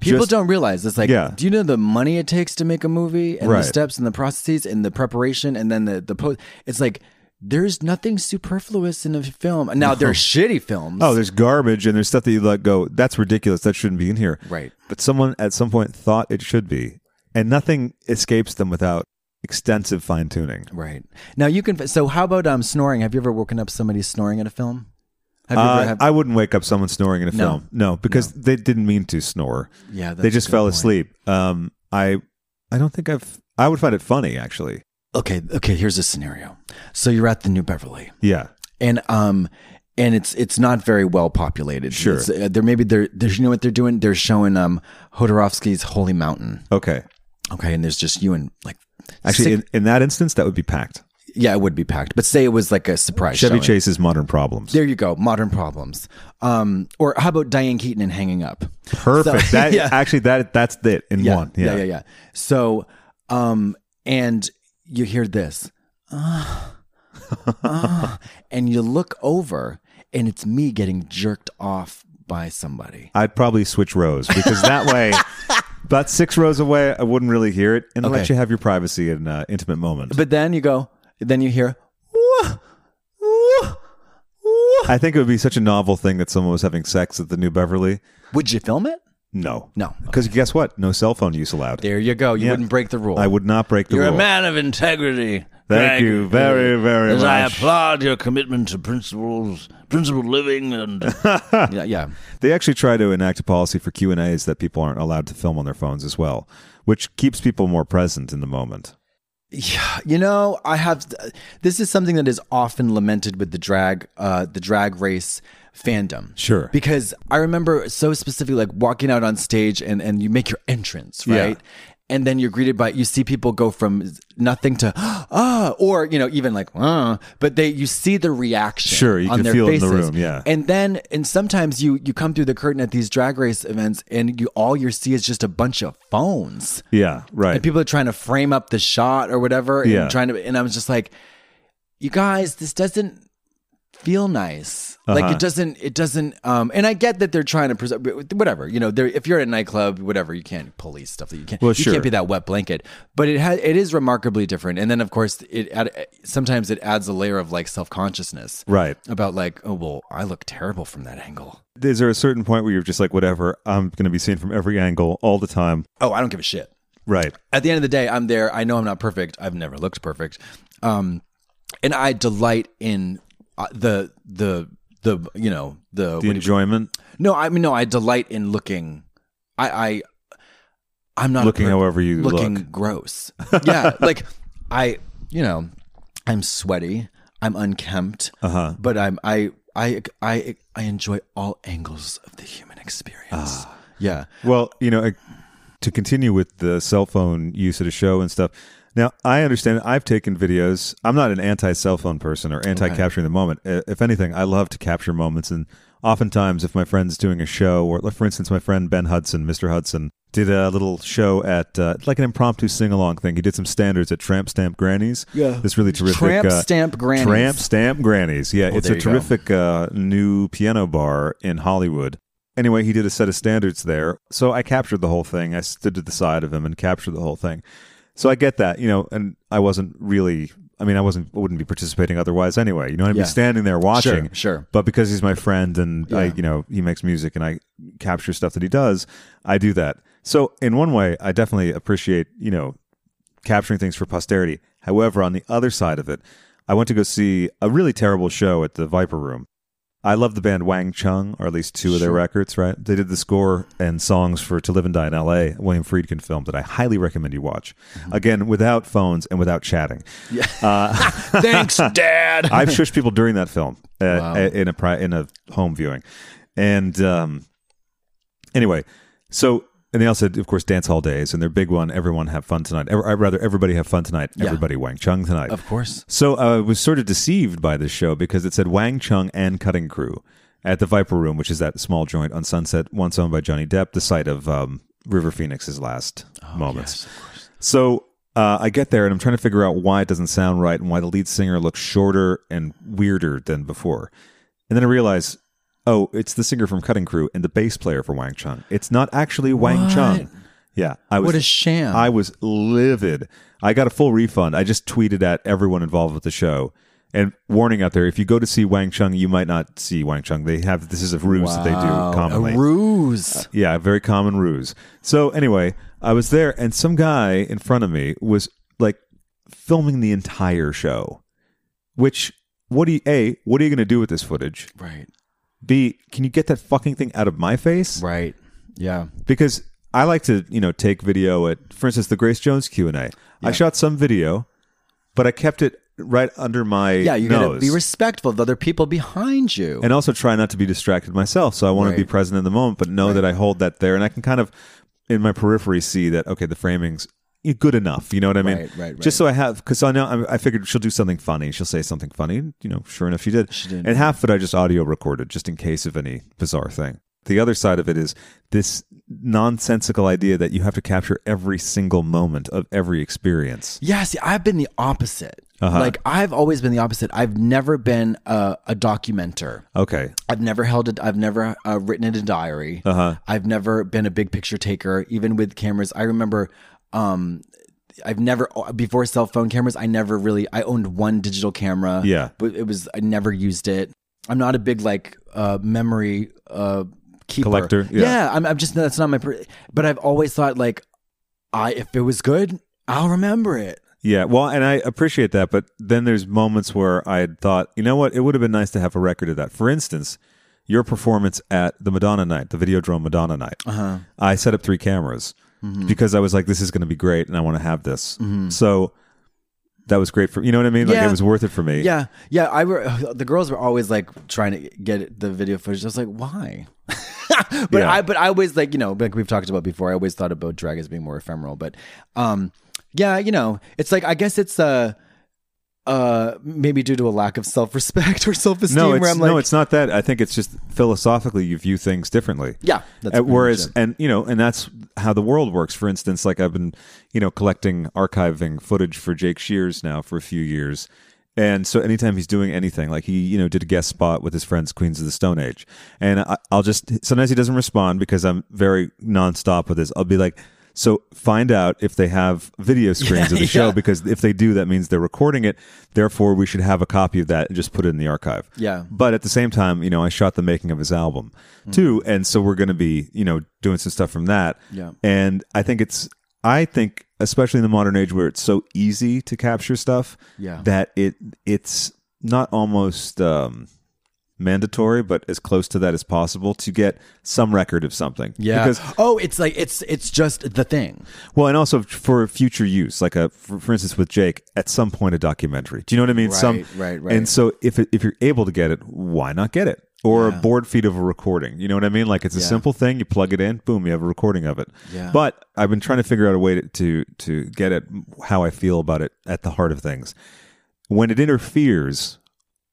Speaker 3: People
Speaker 1: Just-
Speaker 3: don't realize it's like,
Speaker 1: Yeah.
Speaker 3: do you know the money it takes to make a movie and the
Speaker 1: Right.
Speaker 3: steps and the processes and the preparation and then the, the post? It's like, there's nothing superfluous in a film. Now, there's shitty films.
Speaker 1: Oh, there's garbage and there's stuff that you let go. That's ridiculous. That shouldn't be in here.
Speaker 3: Right.
Speaker 1: But someone at some point thought it should be, and nothing escapes them without extensive fine tuning.
Speaker 3: Right. Now, you can. So, how about um, snoring? Have you ever woken up somebody snoring in a film? Have you
Speaker 1: Uh,
Speaker 3: ever had-
Speaker 1: I wouldn't wake up someone snoring in a
Speaker 3: No.
Speaker 1: film. No, because they didn't mean to snore.
Speaker 3: Yeah, that's
Speaker 1: they
Speaker 3: a
Speaker 1: just
Speaker 3: good
Speaker 1: fell
Speaker 3: point.
Speaker 1: asleep. Um, I, I don't think I've. I would find it funny actually.
Speaker 3: Okay, okay, here's a scenario. So, you're at the New Beverly.
Speaker 1: Yeah.
Speaker 3: and um and it's it's not very well populated.
Speaker 1: Sure.
Speaker 3: It's, uh, they're maybe they're there's you know what they're doing? They're showing um Hodorovsky's Holy Mountain.
Speaker 1: Okay.
Speaker 3: Okay, and there's just you and like
Speaker 1: Actually,
Speaker 3: six-
Speaker 1: in, in that instance, that would be packed.
Speaker 3: yeah, it would be packed. But say it was like a surprise.
Speaker 1: Chevy
Speaker 3: showing.
Speaker 1: Chase's Modern Problems.
Speaker 3: There you go. Modern problems. Um, or how about Diane Keaton and Hanging Up?
Speaker 1: Perfect.
Speaker 3: So- <laughs>
Speaker 1: that
Speaker 3: Yeah.
Speaker 1: actually that that's it in one. Yeah.
Speaker 3: yeah, yeah, yeah. So, um, and you hear this, "Ah, ah," and you look over, and it's me getting jerked off by somebody.
Speaker 1: I'd probably switch rows because that way,
Speaker 3: <laughs>
Speaker 1: about six rows away, I wouldn't really hear it and let
Speaker 3: Okay.
Speaker 1: you have your privacy and uh, intimate moment.
Speaker 3: But then you go, then you hear, "Wah, wah, wah."
Speaker 1: I think it would be such a novel thing that someone was having sex at the New Beverly.
Speaker 3: would you film it?
Speaker 1: No,
Speaker 3: No.
Speaker 1: because guess what? No cell phone use allowed.
Speaker 3: There you go. You
Speaker 1: Yeah.
Speaker 3: wouldn't break the rule.
Speaker 1: I would not break the
Speaker 7: You're
Speaker 1: rule.
Speaker 7: a man of integrity.
Speaker 1: Thank you very, very
Speaker 7: As I
Speaker 1: much.
Speaker 7: applaud your commitment to principles, principled living,
Speaker 1: <laughs>
Speaker 7: and
Speaker 3: Yeah, yeah.
Speaker 1: They actually try to enact a policy for Q and A's that people aren't allowed to film on their phones as well, which keeps people more present in the moment.
Speaker 3: Yeah, <sighs> you know, I have. This is something that is often lamented with the drag, uh, the drag race fandom.
Speaker 1: Sure.
Speaker 3: because I remember so specifically, like walking out on stage and and you make your entrance,
Speaker 1: Yeah.
Speaker 3: right? And then you're greeted by you see people go from nothing to <gasps> ah, or you know even like ah, but they you see the reaction.
Speaker 1: Sure, you
Speaker 3: on
Speaker 1: can
Speaker 3: their
Speaker 1: feel it in the
Speaker 3: faces.
Speaker 1: room, yeah.
Speaker 3: and then and sometimes you you come through the curtain at these drag race events and you all you see is just a bunch of phones
Speaker 1: Yeah, right.
Speaker 3: and people are trying to frame up the shot or whatever and
Speaker 1: Yeah.
Speaker 3: trying to and i was just like you guys this doesn't feel nice like
Speaker 1: Uh-huh.
Speaker 3: it doesn't it doesn't um and i get that they're trying to present whatever you know there if you're at a nightclub whatever you can't police stuff that you can't
Speaker 1: Well,
Speaker 3: you
Speaker 1: sure.
Speaker 3: can't be that wet blanket but it has it is remarkably different and then of course it add, sometimes it adds a layer of like self-consciousness
Speaker 1: right.
Speaker 3: about like oh well i look terrible from that angle
Speaker 1: Is there a certain point where you're just like, whatever? I'm going to be seen from every angle all the time.
Speaker 3: oh i don't give a shit
Speaker 1: Right.
Speaker 3: at the end of the day, I'm there. I know I'm not perfect. I've never looked perfect, um, and I delight in uh, the the the you know the,
Speaker 1: The enjoyment,
Speaker 3: no. I mean, no. I delight in looking. I, I I'm not a
Speaker 1: looking
Speaker 3: per-
Speaker 1: however you
Speaker 3: looking
Speaker 1: look. <laughs>
Speaker 3: gross. Yeah, like I you know I'm sweaty. I'm unkempt.
Speaker 1: Uh-huh.
Speaker 3: But I'm I I I I enjoy all angles of the human experience.
Speaker 1: Ah.
Speaker 3: Yeah.
Speaker 1: Well, you know, to continue with the cell phone use at a show and stuff. Now, I understand I've taken videos. I'm not an anti cell phone person or anti capturing the moment. Uh, If anything, I love to capture moments. And oftentimes, if my friend's doing a show, or for instance, my friend Ben Hudson, Mr. Hudson, did a little show at uh, like an impromptu sing along thing. He did some standards at Tramp Stamp Grannies.
Speaker 3: Yeah.
Speaker 1: This really terrific. uh,
Speaker 3: Tramp Stamp Grannies.
Speaker 1: Tramp Stamp Grannies. Yeah.
Speaker 3: Oh,
Speaker 1: it's
Speaker 3: there
Speaker 1: a
Speaker 3: you go.
Speaker 1: terrific uh, new piano bar in Hollywood. Anyway, he did a set of standards there. So I captured the whole thing. I stood to the side of him and captured the whole thing. So I get that, you know, and I wasn't really. I mean, I wasn't wouldn't be participating otherwise anyway. You know, I'd
Speaker 3: Yeah.
Speaker 1: be standing there watching.
Speaker 3: sure.
Speaker 1: But because he's my friend and I,
Speaker 3: Yeah.
Speaker 1: you know, he makes music and I capture stuff that he does, I do that. So in one way, I definitely appreciate, you know, capturing things for posterity. However, on the other side of it, I went to go see a really terrible show at the Viper Room. I love the band Wang Chung, or at least two of their records, right? They did the score and songs for To Live and Die in LA, a William Friedkin film that I highly recommend you watch. Again, without phones and without chatting. <laughs>
Speaker 3: Thanks, Dad.
Speaker 1: I've shushed people during that film uh, in a pri- in a home viewing, and um, anyway, so and they also, of course, dance hall days and their big one. Everyone have fun tonight. Ever, I'd rather everybody have fun tonight. Everybody Wang Chung tonight,
Speaker 3: Of course.
Speaker 1: So uh, I was sort of deceived by this show because it said Wang Chung and Cutting Crew at the Viper Room, which is that small joint on Sunset, once owned by Johnny Depp, the site of um, River Phoenix's last
Speaker 3: Oh,
Speaker 1: moments. So uh, I get there and I'm trying to figure out why it doesn't sound right and why the lead singer looks shorter and weirder than before. And then I realize, oh, it's the singer from Cutting Crew and the bass player for Wang Chung. It's not actually Wang
Speaker 3: What?
Speaker 1: Chung. Yeah, I was
Speaker 3: What a sham.
Speaker 1: I was livid. I got a full refund. I just tweeted at everyone involved with the show. And warning out there: if you go to see Wang Chung, you might not see Wang Chung. They have this is a ruse that they do
Speaker 3: a
Speaker 1: commonly.
Speaker 3: ruse.
Speaker 1: Yeah, a very common ruse. So anyway, I was there, and some guy in front of me was like filming the entire show. Which, what do you a? What are you going to do with this footage?
Speaker 3: Right.
Speaker 1: B, can you get that fucking thing out of my face?
Speaker 3: Right. Yeah.
Speaker 1: Because I like to, you know, take video at, for instance, the Grace Jones Q and A. I shot some video, but I kept it right under my
Speaker 3: Yeah. You gotta
Speaker 1: nose.
Speaker 3: be respectful of the other people behind you.
Speaker 1: and also try not to be distracted myself. So I want to be
Speaker 3: Right.
Speaker 1: present in the moment, but know that I hold that there, and I can kind of in my periphery see that okay, the framing's good enough. You know what I mean?
Speaker 3: Right, right,
Speaker 1: Just so
Speaker 3: right.
Speaker 1: I have because I know I'm- I figured she'll do something funny. She'll say something funny. and, You know, sure enough, she did. She
Speaker 3: did.
Speaker 1: And half of it I just audio recorded just in case of any bizarre thing. The other side of it is this nonsensical idea that you have to capture every single moment of every experience.
Speaker 3: Yeah, see, I've been the opposite. Like I've always been the opposite. I've never been a, a documenter.
Speaker 1: Okay.
Speaker 3: I've never held it. I've never uh, written in a diary.
Speaker 1: Uh-huh.
Speaker 3: I've never been a big picture taker, even with cameras. I remember, um, I've never uh, before cell phone cameras. I never really. I owned one digital camera.
Speaker 1: Yeah.
Speaker 3: but it was I never used it. I'm not a big like uh, memory uh, keeper
Speaker 1: Collector, yeah.
Speaker 3: I'm, I'm just that's not my. Per- but I've always thought like, I if it was good, I'll remember it.
Speaker 1: Yeah, well, and I appreciate that, but then there's moments where I had thought, you know what, it would have been nice to have a record of that. For instance, your performance at the Madonna night, the Videodrome Madonna night. Uh-huh. I set up three cameras
Speaker 3: Mm-hmm.
Speaker 1: because I was like, this is going to be great, and I want to have this. So that was great for you know what I mean. Like
Speaker 3: Yeah.
Speaker 1: it was worth it for me.
Speaker 3: Yeah, yeah. I were <sighs> the girls were always like trying to get the video footage. I was like, why? <laughs> but
Speaker 1: Yeah.
Speaker 3: I but I always like you know like we've talked about before. I always thought about drag as being more ephemeral, but um, yeah, you know, it's like I guess it's uh uh maybe due to a lack of self respect or self esteem.
Speaker 1: No,
Speaker 3: where
Speaker 1: it's
Speaker 3: I'm like,
Speaker 1: no, it's not that. I think it's just philosophically you view things differently.
Speaker 3: Yeah, that's
Speaker 1: Uh,
Speaker 3: pretty much
Speaker 1: whereas,
Speaker 3: it.
Speaker 1: and you know, and that's how the world works. For instance, like I've been, you know, collecting archiving footage for Jake Shears now for a few years, and so anytime he's doing anything, like he, you know, did a guest spot with his friends Queens of the Stone Age, and I, I'll just sometimes he doesn't respond because I'm very nonstop with this. I'll be like. So find out if they have video
Speaker 3: <laughs>
Speaker 1: screens of the show
Speaker 3: yeah.
Speaker 1: because if they do, that means they're recording it. Therefore, we should have a copy of that and just put it in the archive.
Speaker 3: Yeah.
Speaker 1: But at the same time, you know, I shot the making of his album
Speaker 3: Mm.
Speaker 1: too, and so we're going to be, you know, doing some stuff from that.
Speaker 3: Yeah.
Speaker 1: And I think it's, I think, especially in the modern age where it's so easy to capture stuff,
Speaker 3: Yeah.
Speaker 1: that it it's not almost um, mandatory, but as close to that as possible to get some record of something.
Speaker 3: yeah.
Speaker 1: Because
Speaker 3: oh, it's like it's it's just the thing.
Speaker 1: well, and also for future use, like a for, for instance with Jake, at some point a documentary. Do you know what I mean?
Speaker 3: Right,
Speaker 1: some
Speaker 3: right, right.
Speaker 1: And so if it, if you're able to get it, why not get it? Or a board feed of a recording. You know what I mean? Like it's a simple thing. You plug it in, boom, you have a recording of it.
Speaker 3: Yeah.
Speaker 1: But I've been trying to figure out a way to to, to get at how I feel about it at the heart of things. When it interferes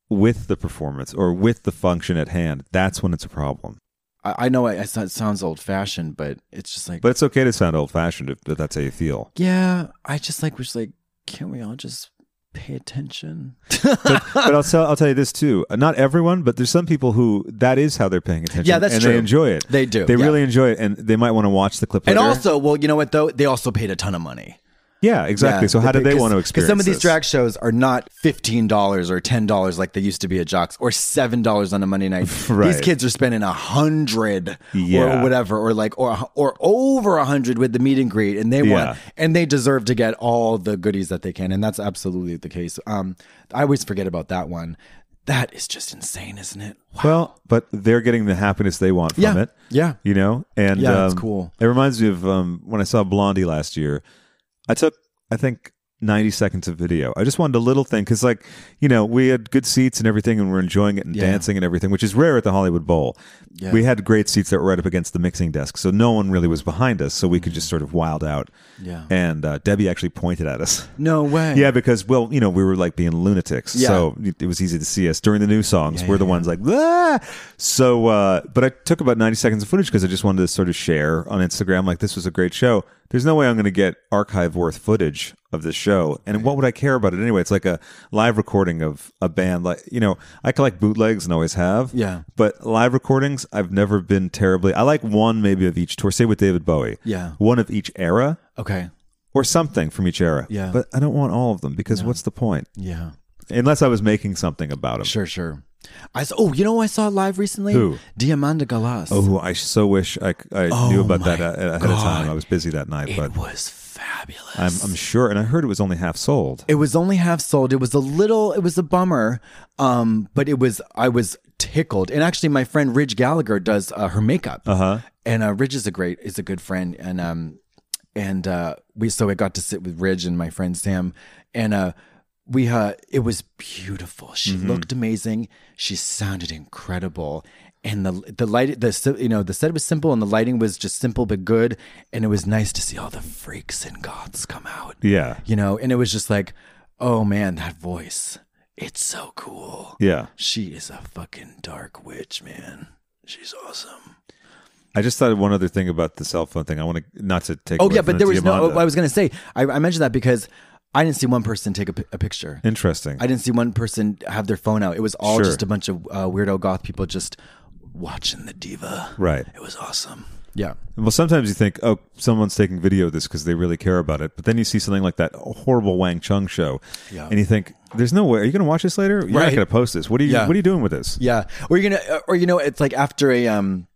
Speaker 1: with the performance or with the function at hand, that's when it's a problem.
Speaker 3: I, I know it, it sounds old fashioned, but it's just like
Speaker 1: But it's okay to sound old fashioned if if that's how you feel.
Speaker 3: yeah. I just like was like, can we all just pay attention?
Speaker 1: but I'll tell I'll tell you this too. Uh, Not everyone, but there's some people who that is how they're paying attention.
Speaker 3: Yeah, that's
Speaker 1: and They
Speaker 3: true.
Speaker 1: enjoy it.
Speaker 3: They do,
Speaker 1: They
Speaker 3: yeah.
Speaker 1: really enjoy it, and they might want to watch the clip.
Speaker 3: And
Speaker 1: later.
Speaker 3: also, well, you know what though? They also paid a ton of money.
Speaker 1: Yeah, exactly. so how do they want to experience?
Speaker 3: Because some of these
Speaker 1: this?
Speaker 3: drag shows are not fifteen dollars or ten dollars like they used to be at Jocks, or seven dollars on a Monday night.
Speaker 1: <laughs> Right.
Speaker 3: These kids are spending a hundred
Speaker 1: Yeah.
Speaker 3: or whatever, or like or or over a hundred with the meet and greet, and they
Speaker 1: Yeah.
Speaker 3: want and they deserve to get all the goodies that they can, and that's absolutely the case. Um, I always forget about that one. That is just insane, isn't it? Wow.
Speaker 1: Well, but they're getting the happiness they want from
Speaker 3: Yeah.
Speaker 1: it.
Speaker 3: Yeah.
Speaker 1: You know? And
Speaker 3: Yeah,
Speaker 1: um,
Speaker 3: that's cool.
Speaker 1: It reminds me of um, when I saw Blondie last year. I took, I think, 90 seconds of video. I just wanted a little thing because, like, you know, we had good seats and everything and we're enjoying it and dancing and everything, which is rare at the Hollywood Bowl. We had great seats that were right up against the mixing desk. So no one really was behind us. So we could just sort of wild out.
Speaker 3: Mm. Yeah.
Speaker 1: And uh, Debbie actually pointed at us. <laughs>
Speaker 3: No way.
Speaker 1: Yeah, because well, you know, we were like being lunatics,
Speaker 3: Yeah.
Speaker 1: so it- it was easy to see us during the new songs. we're the ones like, ah! so. Uh, but I took about ninety seconds of footage because I just wanted to sort of share on Instagram, like this was a great show. There's no way I'm going to get archive worth footage of this show, and what would I care about it anyway? It's like a live recording of a band, like you know, I collect bootlegs and always have,
Speaker 3: Yeah.
Speaker 1: But live recordings, I've never been terribly. I like one maybe of each tour. Say with David Bowie,
Speaker 3: Yeah.
Speaker 1: one of each era
Speaker 3: Okay.
Speaker 1: or something from each era.
Speaker 3: Yeah.
Speaker 1: But I don't want all of them because what's the point?
Speaker 3: Yeah.
Speaker 1: Unless I was making something about them.
Speaker 3: Sure. Sure. I s- oh, you know who I saw live recently?
Speaker 1: Who?
Speaker 3: Diamanda Galas.
Speaker 1: Oh, I so wish I, c- I knew about that
Speaker 3: Oh my
Speaker 1: a- ahead of time. I was busy that night, but
Speaker 3: it was fabulous.
Speaker 1: I'm, I'm sure. And I heard it was only half sold.
Speaker 3: It was only half sold. It was a little. It was a bummer, um, but it was. I was tickled. And actually, my friend Ridge Gallagher does uh, her makeup, uh-huh. and uh, Ridge is a great is a good friend, and um, and uh, we so I got to sit with Ridge and my friend Sam, and uh, we uh, it was beautiful. She
Speaker 1: Mm-hmm.
Speaker 3: looked amazing. She sounded incredible. And the the light the s- you know the set was simple and the lighting was just simple but good and it was nice to see all the freaks and goths come out
Speaker 1: Yeah.
Speaker 3: you know and it was just like oh man that voice it's so cool
Speaker 1: Yeah.
Speaker 3: she is a fucking dark witch man she's awesome
Speaker 1: I just thought of one other thing about the cell phone thing. I want to, not to take
Speaker 3: oh
Speaker 1: away
Speaker 3: yeah
Speaker 1: from
Speaker 3: but there was no
Speaker 1: Diamanda.
Speaker 3: oh, i was gonna say I, I mentioned that because i didn't see one person take a, pi- a picture
Speaker 1: Interesting.
Speaker 3: i didn't see one person have their phone out it was all
Speaker 1: Sure.
Speaker 3: just a bunch of uh, weirdo goth people just watching the diva
Speaker 1: right.
Speaker 3: it was awesome yeah
Speaker 1: Well, sometimes you think, oh, someone's taking video of this because they really care about it. But then you see something like that horrible Wang Chung show,
Speaker 3: Yeah.
Speaker 1: and you think, there's no way. Are you going to watch this later? You're not
Speaker 3: Right.
Speaker 1: going to post this. What are you?
Speaker 3: Yeah.
Speaker 1: What are you doing with this?
Speaker 3: Yeah. Or you're gonna or you know, it's like after a um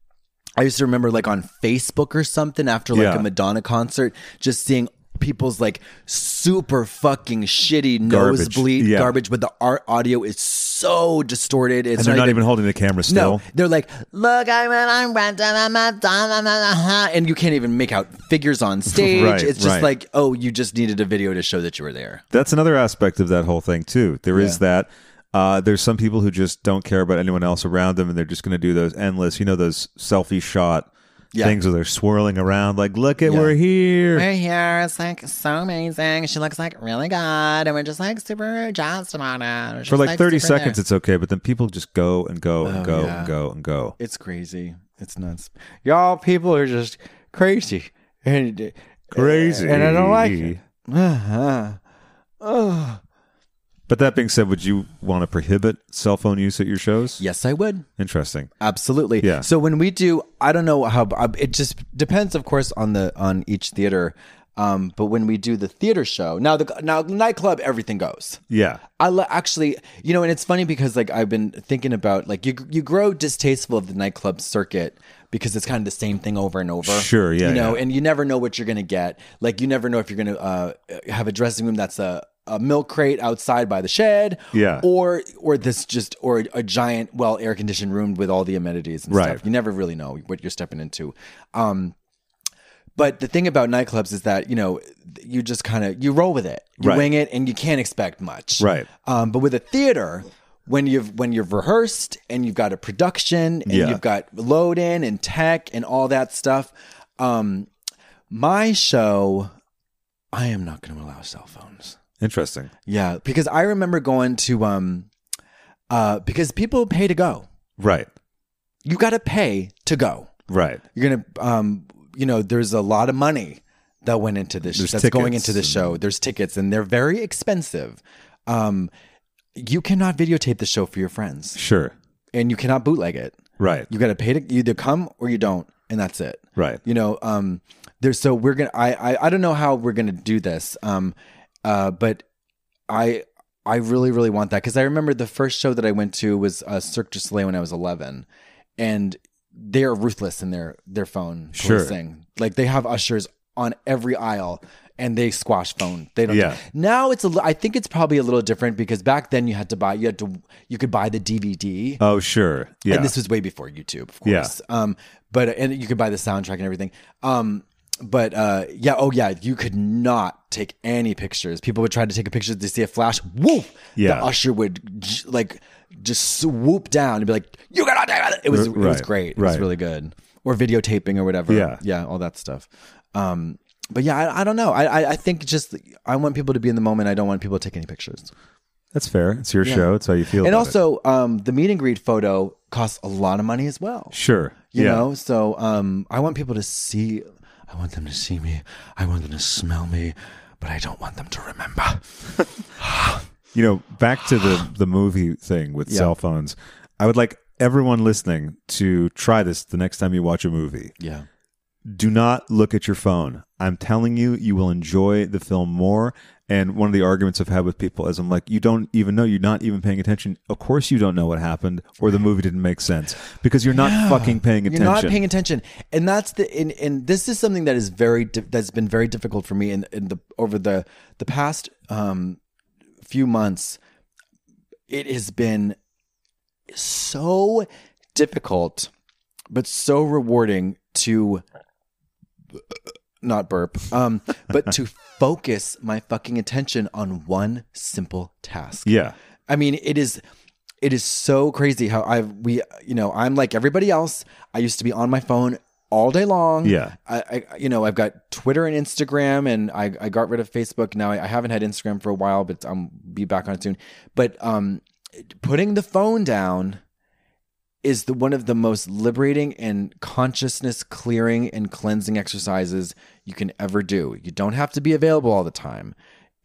Speaker 3: I used to remember like on Facebook or something after like
Speaker 1: Yeah.
Speaker 3: a Madonna concert, just seeing people's like super fucking shitty
Speaker 1: Garbage.
Speaker 3: nosebleed
Speaker 1: Yeah.
Speaker 3: garbage, but the art audio is so distorted. It's
Speaker 1: and they're not even holding the camera still.
Speaker 3: no, they're like, look, I'm, I'm, I'm, I'm, and you can't even make out
Speaker 1: <laughs>
Speaker 3: figures on stage.
Speaker 1: Right,
Speaker 3: it's just
Speaker 1: right.
Speaker 3: like, oh, you just needed a video to show that you were there.
Speaker 1: That's another aspect of that whole thing too. There is that. Uh, there's some people who just don't care about anyone else around them, and they're just going to do those endless, you know, those selfie shot
Speaker 3: Yeah.
Speaker 1: things where they're swirling around, like, "Look at we're here."
Speaker 8: We're here. It's like so amazing. She looks like really good, and we're just like super jazzed about it. She's,
Speaker 1: For like 30
Speaker 8: super
Speaker 1: seconds, it's okay, but then people just go and go
Speaker 3: Oh,
Speaker 1: and go and go and go.
Speaker 3: It's crazy. It's nuts. Y'all people are just crazy. And
Speaker 1: Crazy,
Speaker 3: And I don't like it. uh
Speaker 1: But that being said, would you want to prohibit cell phone use at your shows?
Speaker 3: Yes, I would.
Speaker 1: Interesting.
Speaker 3: Absolutely.
Speaker 1: Yeah.
Speaker 3: So when we do, I don't know how I- it just depends, of course, on the on each theater. Um, but when we do the theater show, now the now nightclub, everything goes.
Speaker 1: Yeah.
Speaker 3: I lo- actually, you know, and it's funny because like I've been thinking about like you you grow distasteful of the nightclub circuit because it's kind of the same thing over and over.
Speaker 1: Sure, yeah,
Speaker 3: You know,
Speaker 1: yeah.
Speaker 3: and you never know what you're gonna get. Like you never know if you're gonna uh, have a dressing room that's a a milk crate outside by the shed,
Speaker 1: Yeah.
Speaker 3: or or this just or a giant, well, air conditioned room with all the amenities and
Speaker 1: Right.
Speaker 3: stuff. You never really know what you're stepping into. Um, but the thing about nightclubs is that you know you just kind of you roll with it, you
Speaker 1: Right.
Speaker 3: wing it, and you can't expect much.
Speaker 1: Right.
Speaker 3: Um, but with a theater, when you've when you've rehearsed and you've got a production and
Speaker 1: Yeah.
Speaker 3: you've got load in and tech and all that stuff, um, my show, I am not going to allow cell phones.
Speaker 1: Interesting.
Speaker 3: Yeah, because I remember going to um, uh, because people pay to go.
Speaker 1: Right.
Speaker 3: You got to pay to go
Speaker 1: Right.
Speaker 3: you're gonna um you know there's a lot of money that went into this
Speaker 1: There's
Speaker 3: that's going
Speaker 1: tickets
Speaker 3: into the
Speaker 1: and-
Speaker 3: show there's tickets and they're very expensive um you cannot videotape the show for your friends
Speaker 1: Sure.
Speaker 3: and you cannot bootleg it
Speaker 1: Right.
Speaker 3: you gotta pay to either come or you don't and that's it.
Speaker 1: Right.
Speaker 3: You know, um, there's so we're gonna. I, I I don't know how we're gonna do this. Um, uh, but I I really really want that because I remember the first show that I went to was uh, Cirque du Soleil when I was 11, and they're ruthless in their their phone
Speaker 1: Sure.
Speaker 3: policing. Like they have ushers on every aisle. And they squash phone. They don't.
Speaker 1: Yeah.
Speaker 3: Now it's a. li- I think it's probably a little different because back then you had to buy. You had to. You could buy the DVD.
Speaker 1: Oh, sure. Yeah.
Speaker 3: And this was way before YouTube, of
Speaker 1: Yeah.
Speaker 3: course. Um, but and you could buy the soundtrack and everything. Um, but uh, yeah, oh yeah, you could not take any pictures. People would try to take a picture to see a flash. Woof!
Speaker 1: Yeah.
Speaker 3: The usher would j- like just swoop down and be like, "You gotta take it." It was
Speaker 1: R-
Speaker 3: it was
Speaker 1: right,
Speaker 3: great. It
Speaker 1: right.
Speaker 3: was really good. Or videotaping or whatever.
Speaker 1: Yeah.
Speaker 3: yeah, all that stuff. Um, but yeah, I, I don't know. I, I I think just I want people to be in the moment. I don't want people to take any pictures.
Speaker 1: That's fair. It's your show. It's how you feel.
Speaker 3: And
Speaker 1: about it.
Speaker 3: also, um, the meet and greet photo costs a lot of money as well
Speaker 1: sure.
Speaker 3: you
Speaker 1: yeah.
Speaker 3: know so um i want people to see
Speaker 6: I want them to see me. I want them to smell me, but I don't want them to remember.
Speaker 1: You know, back to the the movie thing with cell phones. I would like everyone listening to try this the next time you watch a movie.
Speaker 3: yeah
Speaker 1: Do not look at your phone. I'm telling you, you will enjoy the film more. And one of the arguments I've had with people is I'm like, you don't even know, you're not even paying attention. Of course, you don't know what happened or the movie didn't make sense because you're not fucking paying attention.
Speaker 3: you're not paying attention and that's the and, and this is something that is very di- that's been very difficult for me in, in the over the the past um few months it has been so difficult but so rewarding to uh, not burp um but to <laughs> focus my fucking attention on one simple task
Speaker 1: yeah.
Speaker 3: I mean, it is it is so crazy how I've we you know I'm like everybody else. I used to be on my phone all day long.
Speaker 1: Yeah.
Speaker 3: I, I you know I've got Twitter and Instagram, and I I got rid of Facebook. Now I, I haven't had Instagram for a while, but I'm be back on it soon. But um, putting the phone down is the one of the most liberating and consciousness clearing and cleansing exercises you can ever do. You don't have to be available all the time.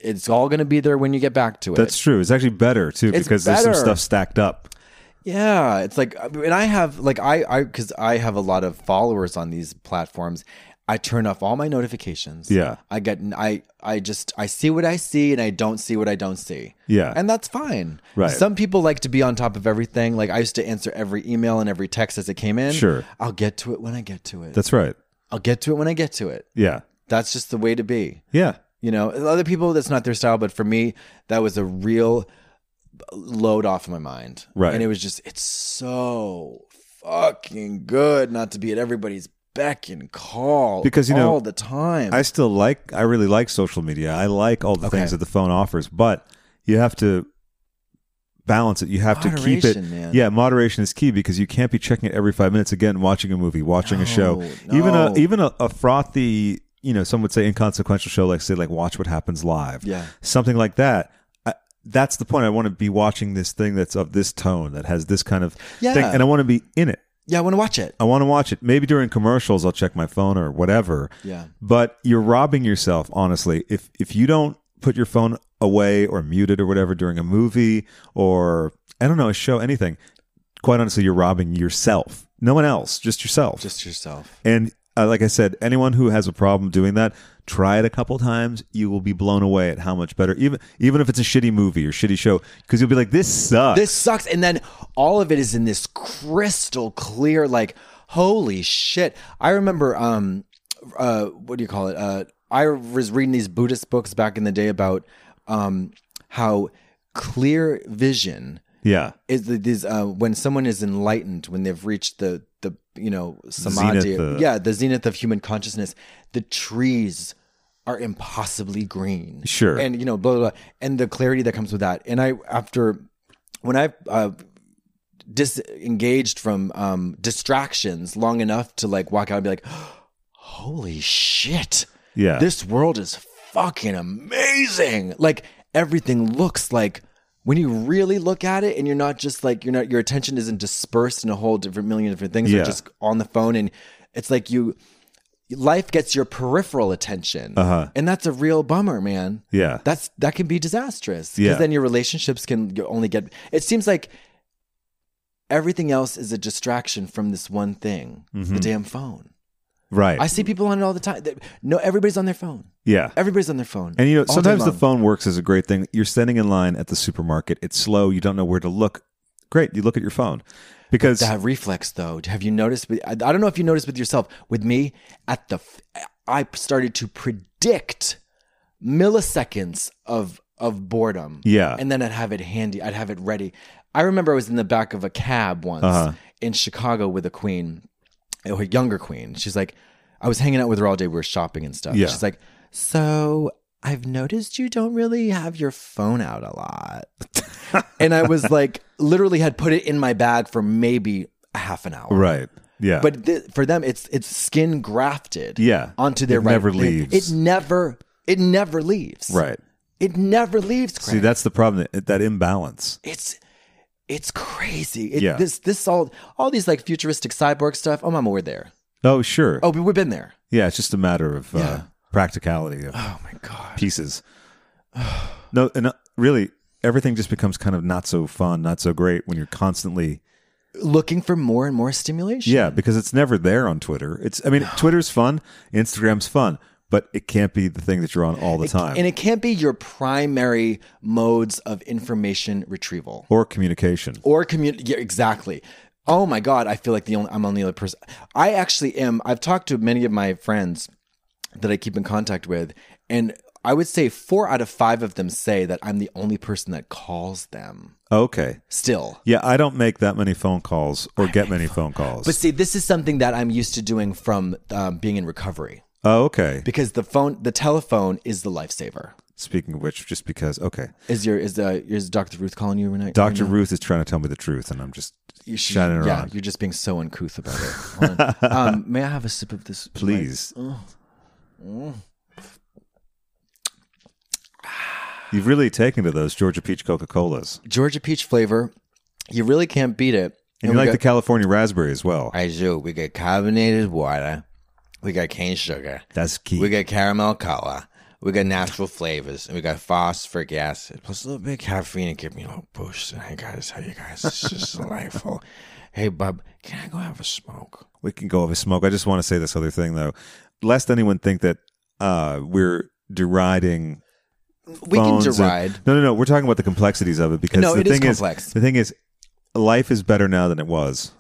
Speaker 3: It's all going to be there when you get back to it.
Speaker 1: That's true. It's actually better, too,
Speaker 3: It's
Speaker 1: because there's some
Speaker 3: better.
Speaker 1: stuff stacked up.
Speaker 3: Yeah, it's like, uh, and I have like I I because I have a lot of followers on these platforms. I turn off all my notifications.
Speaker 1: Yeah.
Speaker 3: I get I I just I see what I see and I don't see what I don't see.
Speaker 1: Yeah.
Speaker 3: and that's fine.
Speaker 1: Right.
Speaker 3: Some people like to be on top of everything. Like I used to answer every email and every text as it came in.
Speaker 1: Sure.
Speaker 3: I'll get to it when I get to it.
Speaker 1: That's right.
Speaker 3: I'll get to it when I get to it.
Speaker 1: Yeah.
Speaker 3: That's just the way to be.
Speaker 1: Yeah.
Speaker 3: You know, other people that's not their style, but for me, that was a real load off my mind.
Speaker 1: Right.
Speaker 3: And it was just, it's so fucking good not to be at everybody's beck and call
Speaker 1: Because, you know,
Speaker 3: all the time.
Speaker 1: I still like I really like social media. I like all the
Speaker 3: Okay.
Speaker 1: things that the phone offers, but you have to balance it. You have to keep it.
Speaker 3: Moderation, man.
Speaker 1: Yeah, moderation is key because you can't be checking it every five minutes. Again, watching a movie, watching a show,
Speaker 3: No,
Speaker 1: even a
Speaker 3: no.
Speaker 1: even a, a frothy, you know, some would say inconsequential show like say like Watch What Happens Live,
Speaker 3: Yeah.
Speaker 1: something like that. I, that's the point. I want to be watching this thing that's of this tone that has this kind of thing,
Speaker 3: Yeah.
Speaker 1: and I want to be in it.
Speaker 3: yeah, I want to watch it.
Speaker 1: I want to watch it. Maybe during commercials, I'll check my phone or whatever.
Speaker 3: Yeah.
Speaker 1: But you're robbing yourself, honestly. If if you don't put your phone away or mute it or whatever during a movie or I don't know a show, anything. Quite honestly, you're robbing yourself. No one else, just yourself.
Speaker 3: Just yourself.
Speaker 1: and uh, like I said, anyone who has a problem doing that, try it a couple times. You will be blown away at how much better, even even if it's a shitty movie or shitty show, because you'll be like, "This sucks."
Speaker 3: This sucks. And then all of it is in this crystal clear, like, holy shit. I remember, um, uh, what do you call it? Uh, I was reading these Buddhist books back in the day about um, how clear vision
Speaker 1: yeah,
Speaker 3: is the, these uh, when someone is enlightened when they've reached the the you know samadhi
Speaker 1: Zenith, uh,
Speaker 3: yeah the zenith of human consciousness the trees are impossibly green
Speaker 1: Sure.
Speaker 3: and you know blah blah, blah and the clarity that comes with that and i after when i uh, disengaged from um, distractions long enough to like walk out and be like <gasps> holy shit
Speaker 1: yeah.
Speaker 3: this world is fucking amazing. Like everything looks like when you really look at it and you're not just like you're not your attention isn't dispersed in a whole different million different things.
Speaker 1: Yeah.
Speaker 3: You're just on the phone and it's like you life gets your peripheral attention.
Speaker 1: Uh-huh.
Speaker 3: And that's a real bummer, man.
Speaker 1: Yeah.
Speaker 3: That's that can be disastrous.
Speaker 1: Yeah.
Speaker 3: Because then your relationships can only get it seems like everything else is a distraction from this one thing
Speaker 1: Mm-hmm.
Speaker 3: the damn phone.
Speaker 1: Right.
Speaker 3: I see people on it all the time. They- No, everybody's on their phone.
Speaker 1: yeah.
Speaker 3: Everybody's on their phone.
Speaker 1: And you know,
Speaker 3: all day
Speaker 1: sometimes the
Speaker 3: long.
Speaker 1: phone works as a great thing. You're standing in line at the supermarket. It's slow. You don't know where to look. Great. You look at your phone because
Speaker 3: That reflex, though, have you noticed? with- I I don't know if you noticed with yourself. With me, at the, f- I started to predict milliseconds of of boredom.
Speaker 1: Yeah.
Speaker 3: and then I'd have it handy. I'd have it ready. I remember I was in the back of a cab once
Speaker 1: Uh-huh.
Speaker 3: in Chicago with a queen, a younger queen. She's like, I was hanging out with her all day. We were shopping and stuff.
Speaker 1: Yeah.
Speaker 3: She's like, so I've noticed you don't really have your phone out a lot. and I was like, literally had put it in my bag for maybe a half an hour.
Speaker 1: right. Yeah.
Speaker 3: But th- for them, it's it's skin grafted.
Speaker 1: Yeah.
Speaker 3: Onto their
Speaker 1: It
Speaker 3: right.
Speaker 1: never
Speaker 3: It-
Speaker 1: leaves.
Speaker 3: It never. It never leaves.
Speaker 1: right.
Speaker 3: It never leaves.
Speaker 1: See,
Speaker 3: Craig
Speaker 1: that's the problem. That, that imbalance.
Speaker 3: it's it's crazy. It,
Speaker 1: Yeah.
Speaker 3: This this all all these like futuristic cyborg stuff. Oh, mama, we're there.
Speaker 1: Oh, sure.
Speaker 3: Oh, we- we've been there.
Speaker 1: Yeah, it's just a matter of uh, practicality of
Speaker 3: Oh my god. <sighs>
Speaker 1: pieces. no, and uh, really, everything just becomes kind of not so fun, not so great when you're constantly.
Speaker 3: Looking for more and more stimulation.
Speaker 1: Yeah, because it's never there on Twitter. It's, I mean, Twitter's fun, Instagram's fun, but it can't be the thing that you're on all the time
Speaker 3: And it can't be your primary modes of information retrieval
Speaker 1: or communication.
Speaker 3: or community. Yeah, exactly. Oh my god, I feel like the only I'm only other person. I actually am. I've talked to many of my friends that I keep in contact with, and I would say four out of five of them say that I'm the only person that calls them.
Speaker 1: Okay.
Speaker 3: Still,
Speaker 1: Yeah, I don't make that many phone calls or get many phone calls.
Speaker 3: But see, this is something that I'm used to doing from um, being in recovery
Speaker 1: oh, okay.
Speaker 3: because the phone, the telephone is the lifesaver.
Speaker 1: Speaking of which, just because, okay,
Speaker 3: Is your is uh, is Dr. Ruth calling you every night?
Speaker 1: Dr. Ruth is trying to tell me the truth, and I'm just shining her
Speaker 3: yeah,
Speaker 1: on.
Speaker 3: you're just being so uncouth about it. Hold on. um, may I have a sip of this,
Speaker 1: Please. You've really taken to those Georgia Peach Coca Colas.
Speaker 3: Georgia peach flavor? You really can't beat it.
Speaker 1: And you
Speaker 3: we
Speaker 1: like the
Speaker 3: got-
Speaker 1: California raspberry as well.
Speaker 6: I do. We got carbonated water. We got cane sugar.
Speaker 1: That's key.
Speaker 6: We got caramel color. We got natural flavors. And we got phosphoric acid. Plus a little bit of caffeine to give me a little boost. And I gotta tell you guys, it's
Speaker 1: <laughs>
Speaker 6: just delightful. Hey, bub, can I go have a smoke?
Speaker 1: we can go over smoke. I just want to say this other thing, though. Lest anyone think that uh, we're deriding.
Speaker 3: we can
Speaker 1: phones and-
Speaker 3: deride.
Speaker 1: no, no, no. We're talking about the complexities of it because
Speaker 3: No,
Speaker 1: the
Speaker 3: it is
Speaker 1: thing
Speaker 3: complex.
Speaker 1: the thing is, life is better now than it was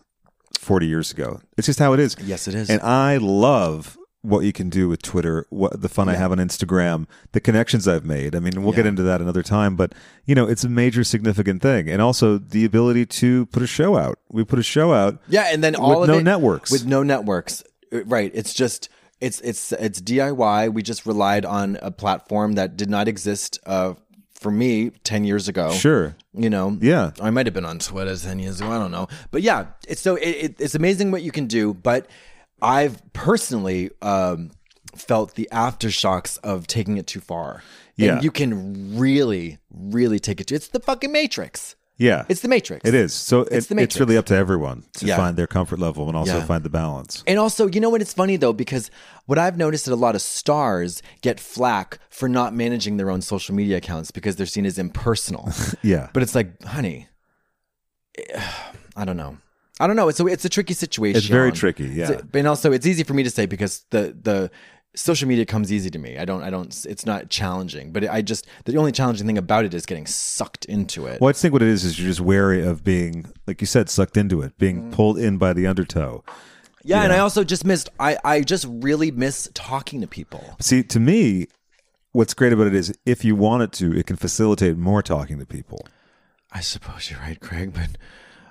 Speaker 1: 40 years ago. It's just how it is.
Speaker 3: yes, it is.
Speaker 1: And I love what you can do with Twitter, what the fun I have on Instagram, the connections I've made. I mean, we'll get into that another time, but you know, it's a major significant thing. And also the ability to put a show out. We put a show out.
Speaker 3: Yeah, and then all
Speaker 1: with
Speaker 3: of
Speaker 1: no
Speaker 3: it-
Speaker 1: networks.
Speaker 3: with no networks. Uh, Right. It's just it's it's it's DIY. We just relied on a platform that did not exist uh, for me ten years ago.
Speaker 1: Sure.
Speaker 3: You know.
Speaker 1: Yeah.
Speaker 3: I might have been on Twitter ten years ago. I don't know. But yeah, it's so it, it, it's amazing what you can do. But I've personally um, felt the aftershocks of taking it too far.
Speaker 1: Yeah.
Speaker 3: And you can really, really take it to. It's the fucking Matrix.
Speaker 1: Yeah.
Speaker 3: It's the Matrix.
Speaker 1: it is. So it-
Speaker 3: It's
Speaker 1: it's,
Speaker 3: the Matrix.
Speaker 1: really up to everyone to
Speaker 3: Yeah.
Speaker 1: find their comfort level and also
Speaker 3: Yeah.
Speaker 1: find the balance.
Speaker 3: And also, you know what? It's funny though, because what I've noticed that a lot of stars get flack for not managing their own social media accounts because they're seen as impersonal.
Speaker 1: <laughs> Yeah.
Speaker 3: but it's like, honey, I don't know. I don't know. It's a, it's a tricky situation.
Speaker 1: It's very tricky,
Speaker 3: It's a-
Speaker 1: yeah.
Speaker 3: and also, it's easy for me to say because the the social media comes easy to me. I don't. I don't. It's not challenging. But I just the only challenging thing about it is getting sucked into it.
Speaker 1: Well, I just think what it is is you're just wary of being, like you said, sucked into it,
Speaker 3: Mm.
Speaker 1: being pulled in by the undertow.
Speaker 3: Yeah, and I also just missed. I I just really miss talking to people.
Speaker 1: See, to me, what's great about it is if you want it to, it can facilitate more talking to people.
Speaker 6: I suppose you're right, Craig, but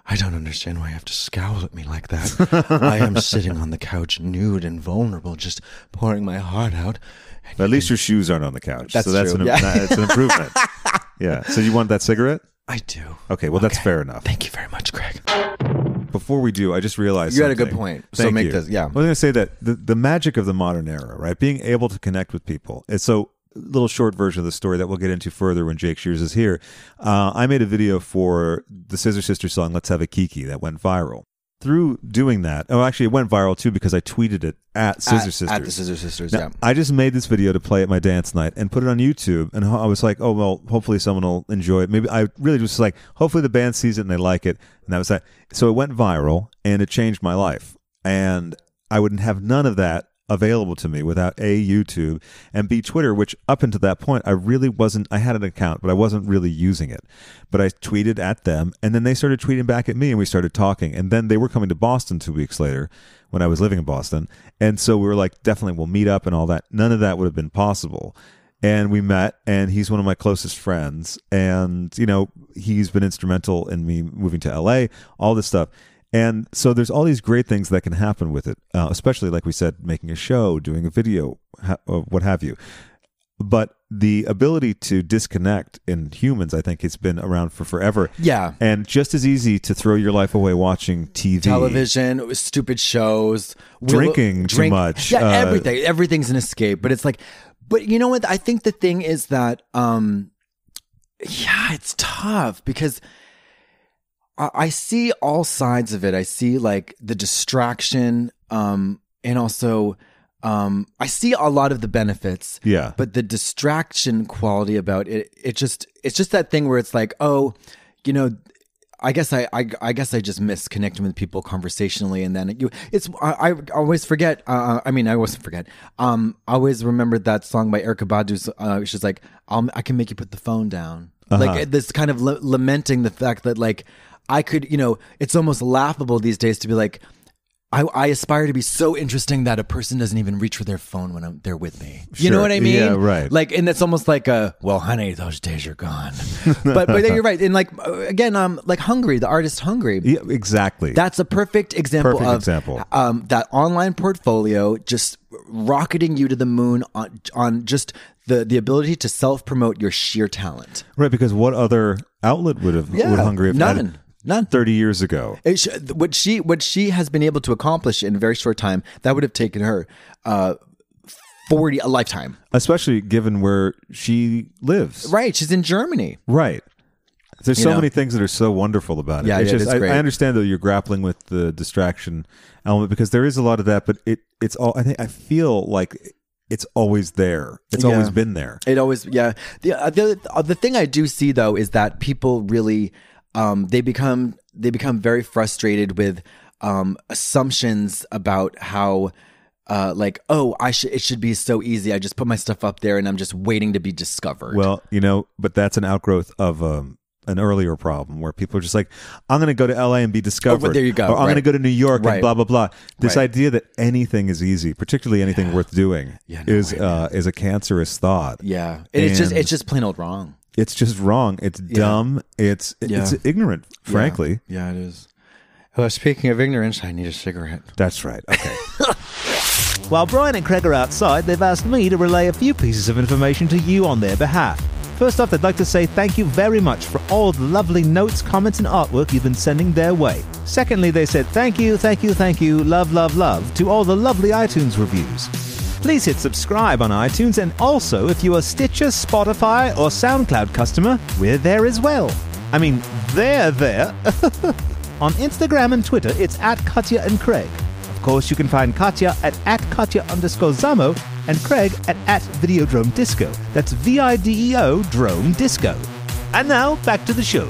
Speaker 6: I don't understand why you have to scowl at me like
Speaker 1: <laughs>
Speaker 6: that. I am sitting on the couch, nude and vulnerable, just pouring my heart out.
Speaker 1: But at least your shoes aren't on the couch.
Speaker 3: That's
Speaker 1: so that's
Speaker 3: true.
Speaker 1: An, <laughs>
Speaker 3: Yeah.
Speaker 1: that's an
Speaker 3: <laughs>
Speaker 1: improvement. yeah. So you want that cigarette?
Speaker 6: I do.
Speaker 1: Okay. Well, that's fair enough.
Speaker 6: Thank you very much, Craig.
Speaker 1: Before we do, I just realized
Speaker 3: You had a
Speaker 1: something.
Speaker 3: good point. So make this- yeah.
Speaker 1: I was going to say that the, the magic of the modern era, right? Being able to connect with people. And so, little short version of the story that we'll get into further when Jake Shears is here. Uh, I made a video for the Scissor Sisters song "Let's Have a Kiki" that went viral. through doing that, oh, actually, it went viral too because I tweeted it at Scissor
Speaker 3: at,
Speaker 1: Sisters.
Speaker 3: at the Scissor Sisters.
Speaker 1: Now,
Speaker 3: yeah.
Speaker 1: I just made this video to play at my dance night and put it on YouTube. And ho- I was like, oh, well, hopefully someone will enjoy it. Maybe I really just was like, hopefully the band sees it and they like it. And that was that. So it went viral and it changed my life. And I wouldn't have none of that available to me without A, YouTube, and B, Twitter, which up until that point, I really wasn't. I had an account, but I wasn't really using it. But I tweeted at them and then they started tweeting back at me and we started talking. And then they were coming to Boston two weeks later when I was living in Boston. And so we were like, definitely we'll meet up and all that. None of that would have been possible. And we met, and he's one of my closest friends. And, you know, he's been instrumental in me moving to LA, all this stuff. And so there's all these great things that can happen with it, uh, especially, like we said, making a show, doing a video, ha- uh, what have you but the ability to disconnect in humans i think it's been around for forever
Speaker 3: Yeah.
Speaker 1: and just as easy to throw your life away watching tv
Speaker 3: television, stupid shows, will-
Speaker 1: Drinking too much,
Speaker 3: Yeah,
Speaker 1: uh,
Speaker 3: everything. Everything's an escape, but it's like, but you know what? I think the thing is that, um, yeah, it's tough because I, I see all sides of it. I see like the distraction, um, and also, um, I see a lot of the benefits.
Speaker 1: Yeah.
Speaker 3: but the distraction quality about it, it just, it's just that thing where it's like, oh, you know, I guess I, I I guess I just miss connecting with people conversationally, and then you. It's I, I always forget. Uh, I mean, I always forget. Um, I always remember that song by Erica Badu's. Uh, she's like, I'll, I can make you put the phone down.
Speaker 1: Uh-huh.
Speaker 3: Like this kind of la- lamenting the fact that like I could, you know, it's almost laughable these days to be like, I, I aspire to be so interesting that a person doesn't even reach for their phone when I'm, they're with me. You know
Speaker 1: Sure.
Speaker 3: what I mean?
Speaker 1: Yeah, right.
Speaker 3: Like, and it's almost like a, well, honey, those days are gone. <laughs> but but then you're right. And like uh, again, um, like Hungry, the artist Hungry.
Speaker 1: yeah, exactly
Speaker 3: That's a perfect example
Speaker 1: Perfect
Speaker 3: of
Speaker 1: example.
Speaker 3: Um, that online portfolio just rocketing you to the moon on on just the the ability to self promote your sheer talent.
Speaker 1: right because what other outlet would have would hungry have
Speaker 3: none,
Speaker 1: had
Speaker 3: none.
Speaker 1: 30 years ago
Speaker 3: It sh- what she what she has been able to accomplish in a very short time that would have taken her uh, forty a lifetime.
Speaker 1: especially given where she lives
Speaker 3: Right? She's in Germany.
Speaker 1: Right. There's so
Speaker 3: know?
Speaker 1: many things that are so wonderful about it.
Speaker 3: Yeah,
Speaker 1: it's
Speaker 3: yeah, it
Speaker 1: just
Speaker 3: is
Speaker 1: I,
Speaker 3: great.
Speaker 1: I understand though you're grappling with the distraction element because there is a lot of that, but it it's all I think I feel like it's always there. It's
Speaker 3: Yeah.
Speaker 1: always been there.
Speaker 3: It always, yeah. The uh, the uh, the thing I do see though is that people really, um, they become they become very frustrated with um assumptions about how. Uh, like oh i should it should be so easy i just put my stuff up there and i'm just waiting to be discovered
Speaker 1: Well, you know, but that's an outgrowth of um, an earlier problem where people are just like, I'm going to go to LA and be discovered.
Speaker 3: Oh, there you go,
Speaker 1: Or I'm going to
Speaker 3: right.
Speaker 1: go to New York and
Speaker 3: Right.
Speaker 1: blah blah blah. This
Speaker 3: Right.
Speaker 1: idea that anything is easy, particularly anything worth doing, is uh, is a cancerous thought.
Speaker 3: yeah And it's just
Speaker 1: And-
Speaker 3: it's just plain old wrong
Speaker 1: It's just wrong. It's dumb. It's it's
Speaker 3: Yeah.
Speaker 1: ignorant, frankly.
Speaker 3: yeah it is
Speaker 6: Well, speaking of ignorance, I need a cigarette.
Speaker 1: That's right.
Speaker 3: <laughs>
Speaker 1: Okay.
Speaker 9: While Brian and Craig are outside, they've asked me to relay a few pieces of information to you on their behalf. First off, they'd like to say thank you very much for all the lovely notes, comments, and artwork you've been sending their way. Secondly, they said thank you, thank you, thank you, love, love, love to all the lovely iTunes reviews. Please hit subscribe on iTunes, and also if you are Stitcher, Spotify, or SoundCloud customer, we're there as well. I mean, they're there. <laughs> On Instagram and Twitter, it's at Katya and Craig. Of course, you can find Katya at, at Katya underscore Zamo and Craig at, at Videodrome Disco. That's V I D E O Drome Disco. And now, back to the show.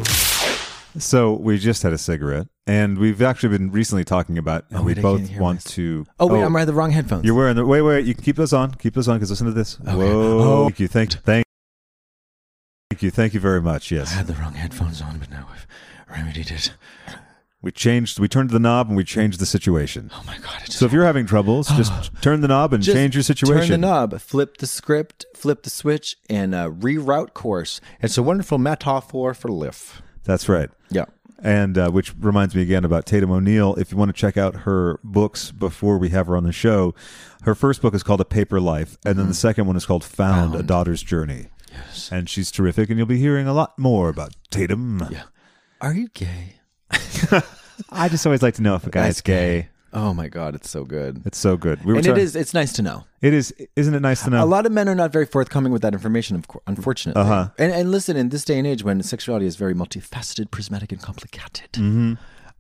Speaker 1: so we just had a cigarette, and we've actually been recently talking about how we
Speaker 3: Oh, wait, I
Speaker 1: both
Speaker 3: can't hear
Speaker 1: want
Speaker 3: myself.
Speaker 1: to.
Speaker 3: oh wait i'm wearing the wrong headphones
Speaker 1: You're wearing the wait, wait. You can keep those on. Keep those on because listen to this. Whoa!
Speaker 3: Oh.
Speaker 1: Thank you. Thank thank. Thank you. Thank you very much.
Speaker 6: I
Speaker 1: Yes,
Speaker 6: had the wrong headphones on, but now I've remedied it.
Speaker 1: we changed. We turned the knob and we changed the situation.
Speaker 6: Oh my god! It just
Speaker 1: So if you're having troubles, just turn the knob and
Speaker 3: Just
Speaker 1: change your situation.
Speaker 3: Turn the knob, flip the script, flip the switch, and uh, reroute course. It's a wonderful metaphor for life.
Speaker 1: That's right.
Speaker 3: Yeah.
Speaker 1: And uh, which reminds me again about Tatum O'Neill. If you want to check out her books before we have her on the show, her first book is called A Paper Life, and then the second one is called Found, A Daughter's Journey. Yes. And she's terrific, and you'll be hearing a lot more about Tatum. Yeah.
Speaker 3: Are you gay?
Speaker 1: I just always like to know if a guy's gay.
Speaker 3: Oh my God, it's so good.
Speaker 1: It's so good. We were
Speaker 3: and
Speaker 1: talking-
Speaker 3: it is, it's nice to know.
Speaker 1: It is. Isn't it nice to know?
Speaker 3: A lot of men are not very forthcoming with that information, of course, unfortunately. Uh-huh. And, and listen, in this day and age when sexuality is very multifaceted, prismatic, and complicated,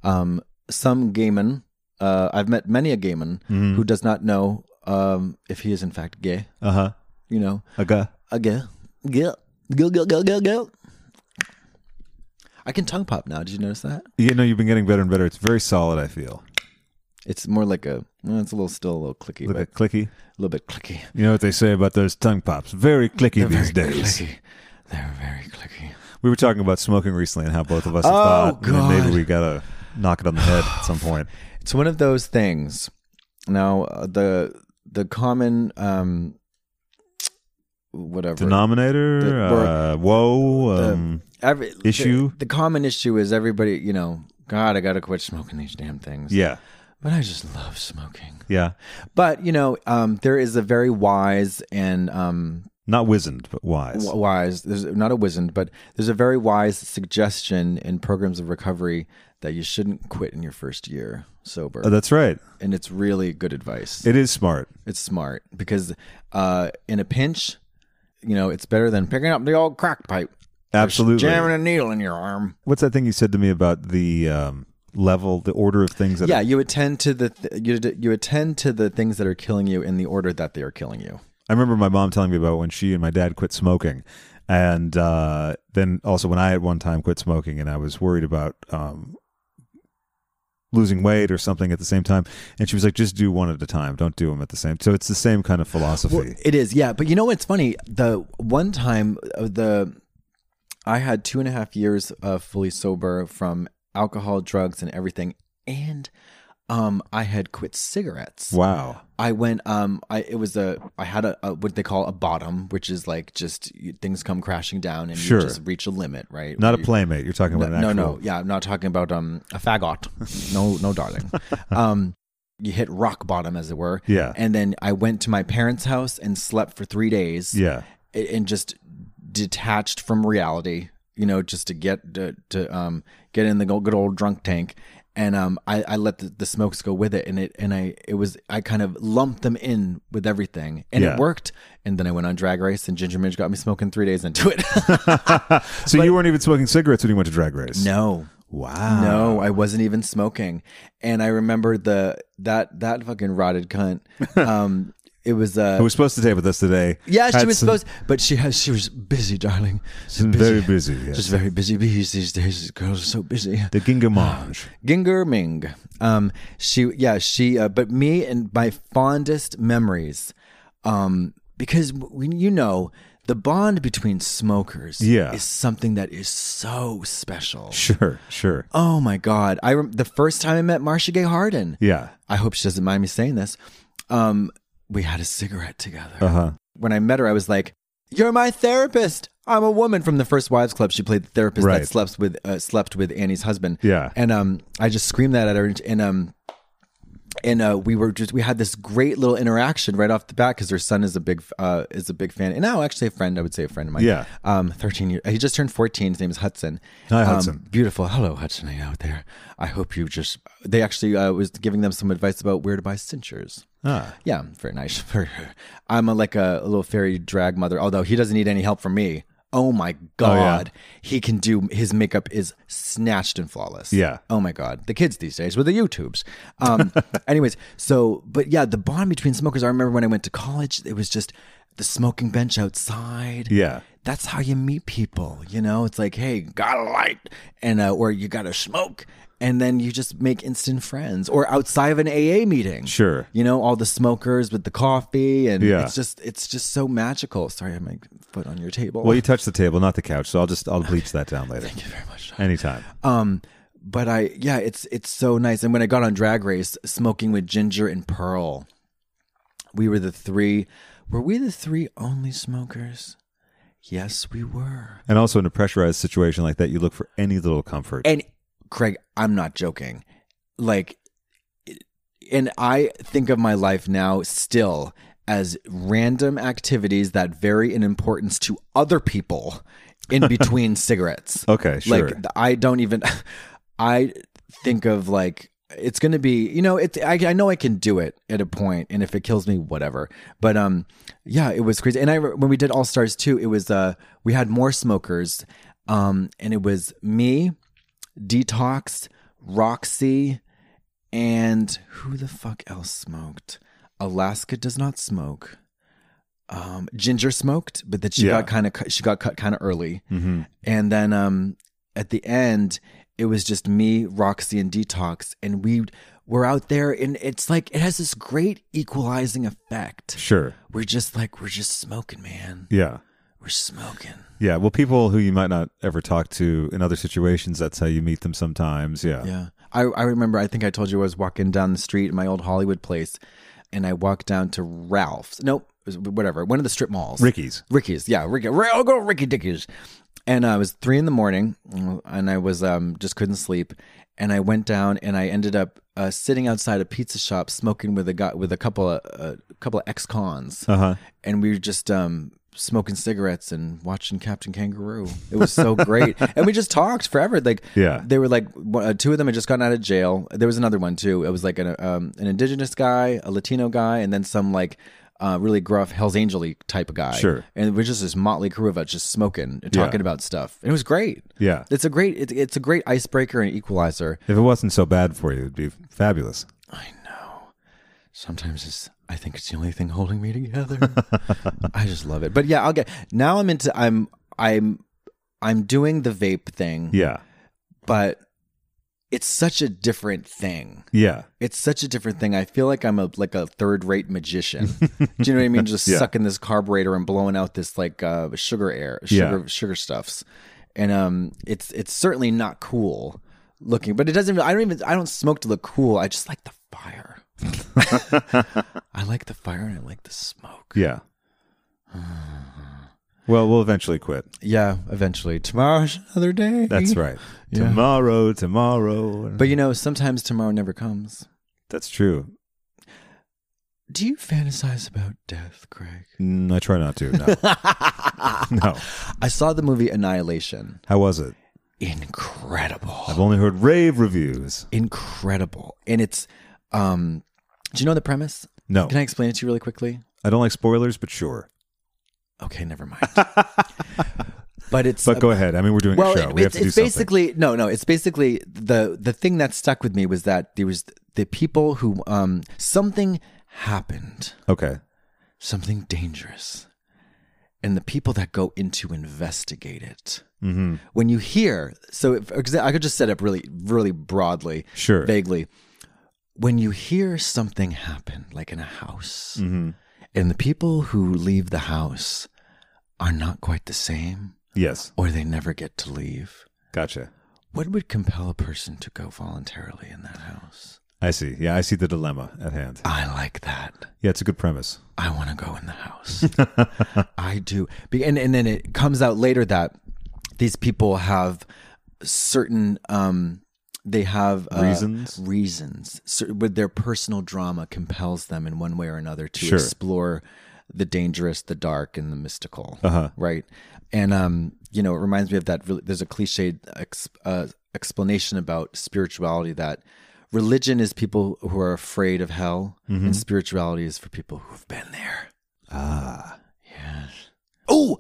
Speaker 3: um, some gayman. Uh, I've met many a gayman
Speaker 1: Mhm.
Speaker 3: who does not know um, if he is in fact gay.
Speaker 1: Uh huh.
Speaker 3: You know,
Speaker 1: Okay.
Speaker 3: a gay, gay, gay, gay, gay, gay, gay. I can tongue pop now. Did you notice that?
Speaker 1: You know, you've been getting better and better. It's very solid. I feel
Speaker 3: It's more like a. Well, it's a little still a little clicky,
Speaker 1: like
Speaker 3: but
Speaker 1: a clicky.
Speaker 3: a little bit clicky.
Speaker 1: You know what they say about those tongue pops? Very clicky these days.
Speaker 6: Clicky. They're very clicky.
Speaker 1: We were talking about smoking recently and how both of us have
Speaker 3: Oh,
Speaker 1: thought and then
Speaker 3: God.
Speaker 1: maybe we gotta knock it on the head at
Speaker 3: <sighs>
Speaker 1: some point.
Speaker 3: It's one of those things. Now uh, the the common um whatever
Speaker 1: Denominator,
Speaker 3: The-
Speaker 1: uh, whoa,
Speaker 3: the-
Speaker 1: um,
Speaker 3: every the-
Speaker 1: issue?
Speaker 3: The, common issue is everybody you know. God, I gotta quit smoking these damn things.
Speaker 1: yeah,
Speaker 3: but I just love smoking.
Speaker 1: yeah,
Speaker 3: But you know, um, there is a very wise and um
Speaker 1: not wizened but wise.
Speaker 3: w- wise. There's not a wizened, but there's a very wise suggestion in programs of recovery that you shouldn't quit in your first year sober,
Speaker 1: Uh, that's right.
Speaker 3: and it's really good advice.
Speaker 1: It is smart.
Speaker 3: It's smart because uh, in a pinch, you know, it's better than picking up the old crack pipe,
Speaker 1: Absolutely.
Speaker 3: jamming a needle in your arm.
Speaker 1: What's that thing you said to me about the um, level, the order of things that?
Speaker 3: Yeah,
Speaker 1: Are,
Speaker 3: you attend to the th- you d- you attend to the things that are killing you in the order that they are killing you.
Speaker 1: I remember my mom telling me about when she and my dad quit smoking, and uh, then also when I at one time quit smoking, and I was worried about um, losing weight or something at the same time, and she was like, "Just do one at a time. Don't do them at the same." So it's the same kind of philosophy.
Speaker 3: Well, it is, yeah. But you know what's funny? The one time uh, the I had two and a half years of fully sober from alcohol, drugs, and everything, and um, I had quit cigarettes.
Speaker 1: wow.
Speaker 3: I went. Um, I it was a. I had a, a what they call a bottom, which is like just you, things come crashing down and
Speaker 1: Sure.
Speaker 3: you just reach a limit, right?
Speaker 1: Not a
Speaker 3: Where you-
Speaker 1: playmate. You're talking
Speaker 3: No,
Speaker 1: about an
Speaker 3: no,
Speaker 1: actual.
Speaker 3: no. Yeah, I'm not talking about um a
Speaker 1: <laughs>
Speaker 3: faggot. No, no, darling. Um, you hit rock bottom, as it were.
Speaker 1: Yeah.
Speaker 3: And then I went to my parents' house and slept for three days.
Speaker 1: Yeah.
Speaker 3: a- And just detached from reality, you know, just to get to, to um get in the go- good old drunk tank. And um, I, I let the, the smokes go with it, and it and I it was I kind of lumped them in with everything, and
Speaker 1: Yeah.
Speaker 3: it worked. And then I went on drag race, and Ginger Midge got me smoking three days into it. <laughs>
Speaker 1: <laughs> So you weren't even smoking cigarettes when you went to drag race.
Speaker 3: Ah, no,
Speaker 1: Wow.
Speaker 3: No, I wasn't even smoking. And I remember the that that fucking rotted
Speaker 1: <laughs>
Speaker 3: cunt. Um it was uh
Speaker 1: Who was supposed to tape with us today?
Speaker 3: yeah, she
Speaker 1: had
Speaker 3: was
Speaker 1: some-
Speaker 3: supposed but she has she was busy, darling. She's
Speaker 1: She's very busy, yes.
Speaker 3: Just very busy bees these days. These girls are so busy.
Speaker 1: The
Speaker 3: <gasps>
Speaker 1: Gingamange.
Speaker 3: Ginger Ming. Um, she, yeah, she, uh, but me and my fondest memories, um, because when you know the bond between smokers
Speaker 1: Yeah.
Speaker 3: is something that is so special.
Speaker 1: Sure, sure.
Speaker 3: Oh my God. I rem- the first time I met Marcia Gay Harden,
Speaker 1: Yeah.
Speaker 3: I hope she doesn't mind me saying this. Um, we had a cigarette together.
Speaker 1: Uh huh.
Speaker 3: When I met her, I was like, "You're my therapist. I'm a woman." From the First Wives Club, she played the therapist
Speaker 1: Right.
Speaker 3: that slept with uh, slept with Annie's husband.
Speaker 1: Yeah.
Speaker 3: and um, I just screamed that at her, and um, and uh, we were just we had this great little interaction right off the bat because her son is a big uh, is a big fan, and now actually a friend, I would say a friend of mine.
Speaker 1: Yeah.
Speaker 3: um, thirteen years. He just turned fourteen. His name is Hudson.
Speaker 1: Hi,
Speaker 3: Um,
Speaker 1: Hudson.
Speaker 3: beautiful. Hello, Hudson, are you out there. I hope you just. They actually uh, was giving them some advice about where to buy cinchers.
Speaker 1: Ah.
Speaker 3: Yeah, very nice. <laughs> I'm a, like a, a little fairy drag mother, although he doesn't need any help from me. Oh my God. He can do, his makeup is snatched and flawless.
Speaker 1: Yeah.
Speaker 3: Oh my God. The kids these days with the YouTubes.
Speaker 1: <laughs>
Speaker 3: Um, anyways, so, but yeah, the bond between smokers, I remember when I went to college, it was just the smoking bench outside
Speaker 1: Yeah.
Speaker 3: that's how you meet people you know it's like hey got a light and uh, or you got to smoke and then you just make instant friends or outside of an aa meeting
Speaker 1: Sure.
Speaker 3: you know all the smokers with the coffee and
Speaker 1: Yeah.
Speaker 3: it's just it's just so magical sorry i had my foot on your table
Speaker 1: Well, you touched the table, not the couch, so I'll just I'll bleach that down
Speaker 3: <laughs>
Speaker 1: later.
Speaker 3: thank you very much
Speaker 1: Anytime.
Speaker 3: um <laughs> but i yeah it's it's so nice and when i got on drag race smoking with ginger and pearl we were the three were we the three only smokers yes we were
Speaker 1: And also in a pressurized situation like that, you look for any little comfort.
Speaker 3: And Craig, I'm not joking. Like, it- and I think of my life now still as random activities that vary in importance to other people in between cigarettes.
Speaker 1: Okay, sure.
Speaker 3: Like, I don't even, <laughs> I think of like, it's going to be, you know, it's, I, I know I can do it at a point, and if it kills me, whatever. But, um, yeah, it was crazy. And I, re- when we did All Stars 2, it was, uh, we had more smokers, um, and it was me, Detox, Roxy, And who the fuck else smoked? Alaska does not smoke. Um, Ginger smoked, but then she
Speaker 1: Yeah.
Speaker 3: got kind of she got cut kind of early.
Speaker 1: Mm-hmm.
Speaker 3: And then um, at the end, it was just me, Roxy, and Detox, and we were out there, and it's like it has this great equalizing effect.
Speaker 1: Sure.
Speaker 3: We're just like we're just smoking, man.
Speaker 1: Yeah.
Speaker 3: We're smoking.
Speaker 1: Yeah. Well, people who you might not ever talk to in other situations, that's how you meet them sometimes. Yeah.
Speaker 3: Yeah. I, I remember, I think I told you I was walking down the street in my old Hollywood place and I walked down to Ralph's. Nope, it was whatever. One of the strip malls.
Speaker 1: Ricky's.
Speaker 3: Ricky's. Yeah. Ricky. Ra- I'll go Ricky Dicky's. And uh, it was three in the morning and I was um, just couldn't sleep. And I went down and I ended up uh, sitting outside a pizza shop smoking with a guy, with a couple of a couple of ex cons,
Speaker 1: Uh-huh.
Speaker 3: and we were just um, smoking cigarettes and watching Captain Kangaroo. It was so
Speaker 1: <laughs>
Speaker 3: great, and we just talked forever. Like
Speaker 1: Yeah.
Speaker 3: they were like one- uh, two of them had just gotten out of jail. There was another one too. It was like an um, an indigenous guy, a Latino guy, and then some like uh, really gruff Hell's Angel type of guy.
Speaker 1: Sure.
Speaker 3: and it was just this motley crew of us just smoking, and talking
Speaker 1: Yeah.
Speaker 3: about stuff. It was great.
Speaker 1: Yeah.
Speaker 3: it's a great it, it's a great icebreaker and equalizer.
Speaker 1: If it wasn't so bad for you, it'd be fabulous.
Speaker 3: Sometimes it's I think it's the only thing holding me together.
Speaker 1: <laughs>
Speaker 3: I just love it. But yeah, I'll get now. I'm into I'm I'm I'm doing the vape thing,
Speaker 1: Yeah.
Speaker 3: but it's such a different thing.
Speaker 1: Yeah.
Speaker 3: It's such a different thing. I feel like I'm a like a third
Speaker 1: <laughs>
Speaker 3: rate magician. Do you know what I mean? Just
Speaker 1: Yeah.
Speaker 3: sucking this carburetor and blowing out this like uh, sugar air,
Speaker 1: Yeah.
Speaker 3: sugar sugar stuffs, and um, it's it's certainly not cool looking. But it doesn't. I don't even. I don't smoke to look cool. I just like the
Speaker 1: <laughs>
Speaker 3: fire. I like the fire and I like the smoke.
Speaker 1: Yeah. <sighs> Well, we'll eventually quit.
Speaker 3: Yeah, eventually tomorrow's another day.
Speaker 1: That's right.
Speaker 3: <laughs> Yeah.
Speaker 1: Tomorrow, tomorrow.
Speaker 3: But you know, sometimes tomorrow never comes.
Speaker 1: that's true.
Speaker 3: Do you fantasize about death, Craig?
Speaker 1: Mm, I try not to. No.
Speaker 3: <laughs>
Speaker 1: no.
Speaker 3: I saw the movie Annihilation.
Speaker 1: How was it?
Speaker 3: Incredible.
Speaker 1: I've only heard rave reviews.
Speaker 3: incredible and it's um do you know the premise
Speaker 1: No.
Speaker 3: can i explain it to you really quickly
Speaker 1: I don't like spoilers, but sure.
Speaker 3: okay
Speaker 1: <laughs>
Speaker 3: never mind but it's
Speaker 1: But go ahead. I mean, we're doing
Speaker 3: well
Speaker 1: a show.
Speaker 3: it-
Speaker 1: we have
Speaker 3: it's,
Speaker 1: to do
Speaker 3: it's
Speaker 1: something.
Speaker 3: basically no no it's basically the the thing that stuck with me was that there was the people who um something happened
Speaker 1: Okay.
Speaker 3: something dangerous and the people that go in to investigate it
Speaker 1: Mm-hmm.
Speaker 3: when you hear so if, for exa- i could just set up really really broadly
Speaker 1: Sure.
Speaker 3: vaguely when you hear something happen like in a house
Speaker 1: Mm-hmm.
Speaker 3: and the people who leave the house are not quite the same
Speaker 1: Yes.
Speaker 3: or they never get to leave
Speaker 1: Gotcha.
Speaker 3: what would compel a person to go voluntarily in that house
Speaker 1: I see. Yeah, I see the dilemma at hand.
Speaker 3: i like that
Speaker 1: Yeah, it's a good premise.
Speaker 3: I want to go in the house. <laughs> I do. Be- And, and then it comes out later that these people have certain, um, they have uh,
Speaker 1: Reasons?
Speaker 3: Reasons. Cer- with their personal drama compels them in one way or another to
Speaker 1: Sure.
Speaker 3: explore the dangerous, the dark, and the mystical.
Speaker 1: Uh-huh.
Speaker 3: Right. And, um, you know, it reminds me of that. Really, there's a cliched ex- uh, explanation about spirituality that religion is people who are afraid of hell,
Speaker 1: Mm-hmm.
Speaker 3: and spirituality is for people who've been there. Ah, yes. Oh,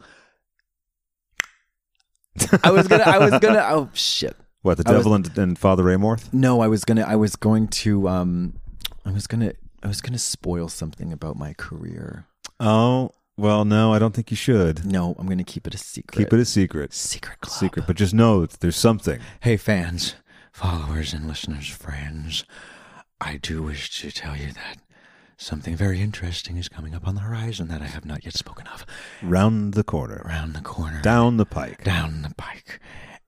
Speaker 3: I was gonna. I was gonna. Oh shit.
Speaker 1: What, the
Speaker 3: I was-
Speaker 1: devil and, and Father Amorth?
Speaker 3: No, I was gonna. I was going to. Um, I was gonna. I was gonna spoil something about my career.
Speaker 1: Oh, well, no, I don't think you should.
Speaker 3: No, I'm gonna keep it a secret.
Speaker 1: Keep it a secret.
Speaker 3: secret. Club.
Speaker 1: Secret, but just know that there's something.
Speaker 3: Hey, fans, followers, and listeners, friends, I do wish to tell you that something very interesting is coming up on the horizon that I have not yet spoken of.
Speaker 1: Round the corner,
Speaker 3: Around the corner,
Speaker 1: down the pike,
Speaker 3: down the pike,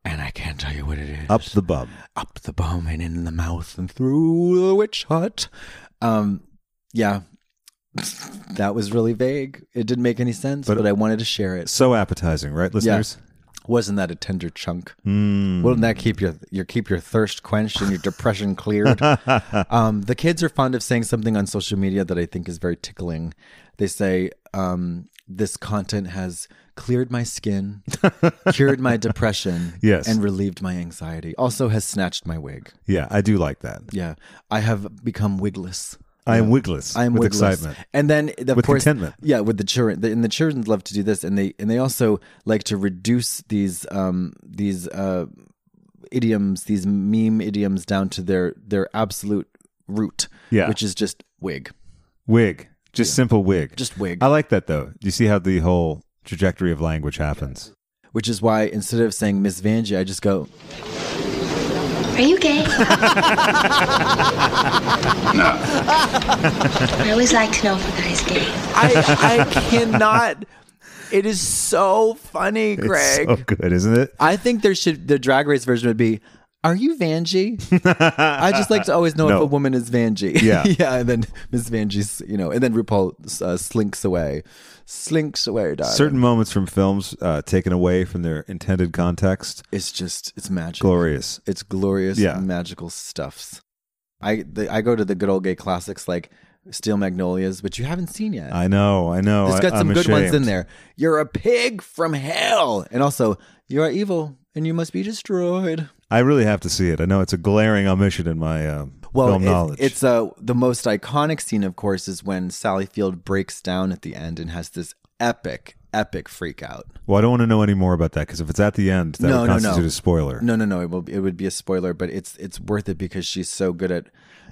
Speaker 3: and I can't tell you what it is.
Speaker 1: up the bum.
Speaker 3: up the bum, and in the mouth, and through the witch hut. Um, yeah. <laughs> That was really vague. It didn't make any sense, but,
Speaker 1: But-
Speaker 3: I wanted to share it.
Speaker 1: So appetizing, right, listeners?
Speaker 3: Wasn't that a tender chunk?
Speaker 1: Mm.
Speaker 3: Wouldn't that keep your your keep your thirst quenched and your depression cleared? um, the kids are fond of saying something on social media that I think is very tickling. They say um, this content has cleared my skin, cured my depression,
Speaker 1: Yes.
Speaker 3: and relieved my anxiety. Also has snatched my wig.
Speaker 1: Yeah, I do like that.
Speaker 3: Yeah, I have become wigless.
Speaker 1: I am wigless
Speaker 3: I am
Speaker 1: with
Speaker 3: wigless.
Speaker 1: excitement.
Speaker 3: and then of
Speaker 1: With
Speaker 3: course,
Speaker 1: contentment.
Speaker 3: Yeah, with the children, the, and the children love to do this, and they and they also like to reduce these um these uh idioms, these meme idioms, down to their their absolute root,
Speaker 1: Yeah.
Speaker 3: which is just wig,
Speaker 1: Wig. Just simple wig.
Speaker 3: just wig.
Speaker 1: I like that though. You see how the whole trajectory of language happens.
Speaker 3: which is why instead of saying Miss Vanjie, I just go
Speaker 10: Are you gay? no. I always like to know if a guy's gay.
Speaker 3: I, <laughs> I cannot. It is so funny, Greg.
Speaker 1: It's so good, isn't it?
Speaker 3: I think there should the Drag Race version would be. Are you
Speaker 1: <laughs>
Speaker 3: Vanjie? I just like to always know if
Speaker 1: No.
Speaker 3: a woman is Vanjie.
Speaker 1: Yeah.
Speaker 3: <laughs> yeah. And then Miss Vanjie's, you know, and then RuPaul uh, slinks away, slinks away, darling.
Speaker 1: Certain moments from films uh, taken away from their intended context.
Speaker 3: It's just it's magical.
Speaker 1: Glorious.
Speaker 3: It's glorious,
Speaker 1: Yeah.
Speaker 3: magical stuffs. I the, I go to the good old gay classics like Steel Magnolias, which you haven't seen yet.
Speaker 1: I know, I know.
Speaker 3: It's
Speaker 1: I-
Speaker 3: got some
Speaker 1: I'm
Speaker 3: good ones in
Speaker 1: ashamed.
Speaker 3: there. You're a pig from hell, and also you are evil and you must be destroyed.
Speaker 1: I really have to see it. I know it's a glaring omission in my um,
Speaker 3: Well,
Speaker 1: film
Speaker 3: it-
Speaker 1: knowledge.
Speaker 3: it's uh, the most iconic scene, of course, is when Sally Field breaks down at the end and has this epic, epic freak out.
Speaker 1: well, I don't want to know any more about that because if it's at the end, that
Speaker 3: No,
Speaker 1: would
Speaker 3: no, no.
Speaker 1: constitute a spoiler.
Speaker 3: No, no, no. It will. It would be a spoiler, but it's it's worth it because she's so good at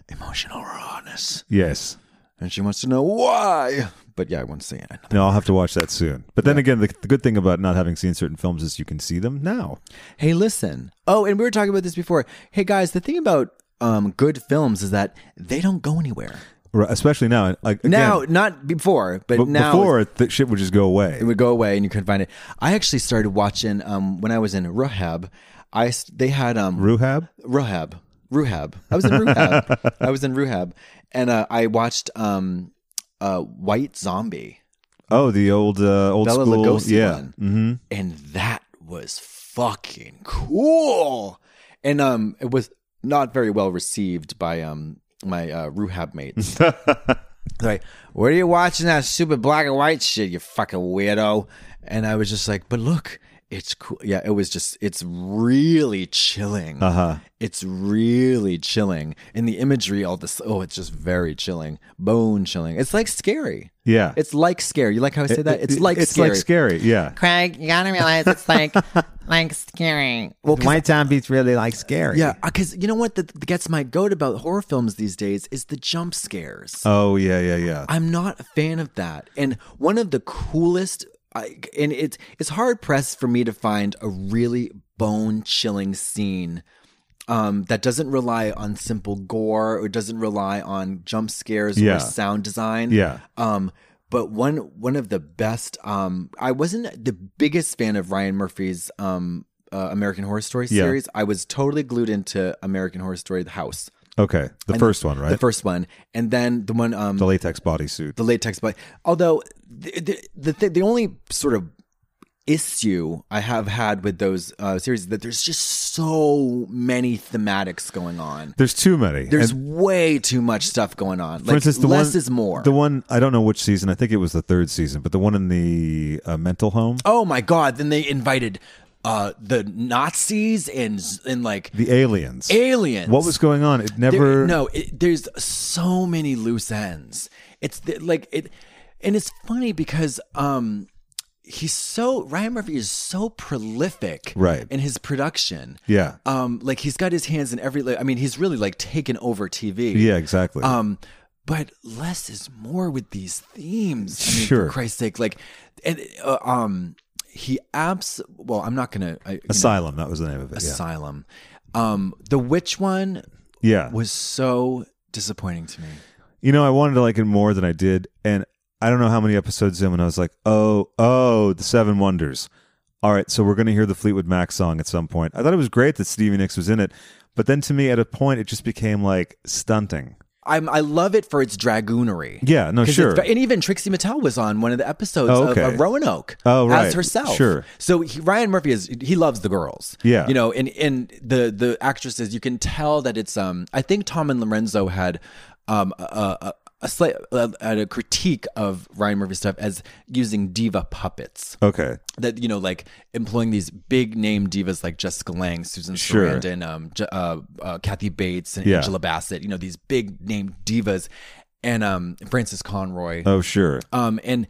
Speaker 3: emotional rawness,
Speaker 1: Yes.
Speaker 3: and she wants to know why. But yeah, I won't say it.
Speaker 1: No, I'll have to watch that soon. But then again, the, the good thing about not having seen certain films is you can see them now.
Speaker 3: Hey, listen. Oh, and we were talking about this before. Hey, guys, the thing about um, good films is that they don't go anywhere.
Speaker 1: Right, especially now. Like again,
Speaker 3: now, not before, but,
Speaker 1: but
Speaker 3: now
Speaker 1: before that shit would just go away.
Speaker 3: it would go away and you couldn't find it. I actually started watching um, when I was in rehab. I s- they had um,
Speaker 1: Ruhab.
Speaker 3: Ruhab. Ruhab. I was in Ruhab. I was in Ruhab. And uh, I watched um, uh, White Zombie,
Speaker 1: Oh, the old uh, old
Speaker 3: Bella
Speaker 1: school.
Speaker 3: Lugosi
Speaker 1: yeah. Mm-hmm.
Speaker 3: one. And that was fucking cool. And um, it was not very well received by um, my uh,
Speaker 1: <laughs>
Speaker 3: Ruhab mates. They're like, what are you watching that stupid black and white shit, you fucking weirdo? And I was just like, but look, it's cool. Yeah, it was just, it's really chilling. Uh
Speaker 1: Uh-huh.
Speaker 3: huh. It's really chilling. And the imagery, all this, oh, it's just very chilling, bone chilling. It's like scary.
Speaker 1: Yeah.
Speaker 3: It's like scary. You like how I say that? It's like
Speaker 1: it's
Speaker 3: scary.
Speaker 1: like scary. Yeah.
Speaker 8: Craig, you gotta realize it's like, like scary.
Speaker 9: Well, White Zombies really like scary.
Speaker 3: Yeah, because you know what that gets my goat about horror films these days is the jump scares.
Speaker 1: Oh yeah, yeah, yeah.
Speaker 3: I'm not a fan of that. And one of the coolest, I, and it's it's hard pressed for me to find a really bone chilling scene um, that doesn't rely on simple gore or doesn't rely on jump scares
Speaker 1: Yeah.
Speaker 3: or sound design.
Speaker 1: Yeah.
Speaker 3: Um, but one one of the best. Um, I wasn't the biggest fan of Ryan Murphy's um, uh, American Horror Story
Speaker 1: Yeah.
Speaker 3: series. I was totally glued into American Horror Story: The House,
Speaker 1: Okay, the first one, right?
Speaker 3: the first one, and then the one um,
Speaker 1: the latex bodysuit.
Speaker 3: the latex but although the the, the, th- the only sort of issue i have had with those uh, series is that there's just so many thematics going on
Speaker 1: There's too many.
Speaker 3: there's
Speaker 1: And
Speaker 3: way too much stuff going on like less is more
Speaker 1: The one I don't know which season. I think it was the third season, but the one in the uh, mental home.
Speaker 3: oh my god then they invited uh the nazis and z- and like
Speaker 1: The aliens.
Speaker 3: aliens
Speaker 1: What was going on? It
Speaker 3: There-
Speaker 1: never.
Speaker 3: no, it, there's so many loose ends. It's the, like it, and it's funny because um, he's so Ryan Murphy is so prolific,
Speaker 1: Right.
Speaker 3: in his production.
Speaker 1: Yeah.
Speaker 3: um, like he's got his hands in every. I mean, he's really like taken over TV.
Speaker 1: Yeah. Exactly.
Speaker 3: Um, but less is more with these themes. I mean,
Speaker 1: Sure.
Speaker 3: for Christ's sake, like, and uh, um, he abs. Well, I'm not gonna I, you know,
Speaker 1: Asylum. That was the name of it. Yeah.
Speaker 3: Asylum. Um, the witch one
Speaker 1: yeah.
Speaker 3: was so disappointing to me.
Speaker 1: You know, I wanted to like it more than I did, and I don't know how many episodes in when I was like, oh, oh, the Seven Wonders. All right, so we're going to hear the Fleetwood Mac song at some point. I thought it was great that Stevie Nicks was in it, but then to me, at a point, it just became like stunting.
Speaker 3: I'm, I love it for its dragoonery.
Speaker 1: Yeah, no,
Speaker 3: 'Cause it's
Speaker 1: sure.
Speaker 3: ve- and even Trixie Mattel was on one of the episodes
Speaker 1: Oh,
Speaker 3: of-
Speaker 1: okay.
Speaker 3: of, Roanoke
Speaker 1: Oh, right.
Speaker 3: as herself.
Speaker 1: Sure.
Speaker 3: So he, Ryan Murphy is he loves the girls.
Speaker 1: Yeah.
Speaker 3: You know, and and the the actresses you can tell that it's um I think Tom and Lorenzo had um a a, a, slight, a, a critique of Ryan Murphy stuff as using diva puppets
Speaker 1: Okay.
Speaker 3: that you know like employing these big name divas like Jessica Lange, Susan
Speaker 1: Sure.
Speaker 3: Sarandon, um, J- uh, uh, Kathy Bates, and
Speaker 1: Yeah.
Speaker 3: Angela Bassett. You know these big name divas, and um, Frances Conroy.
Speaker 1: Oh, sure.
Speaker 3: Um, and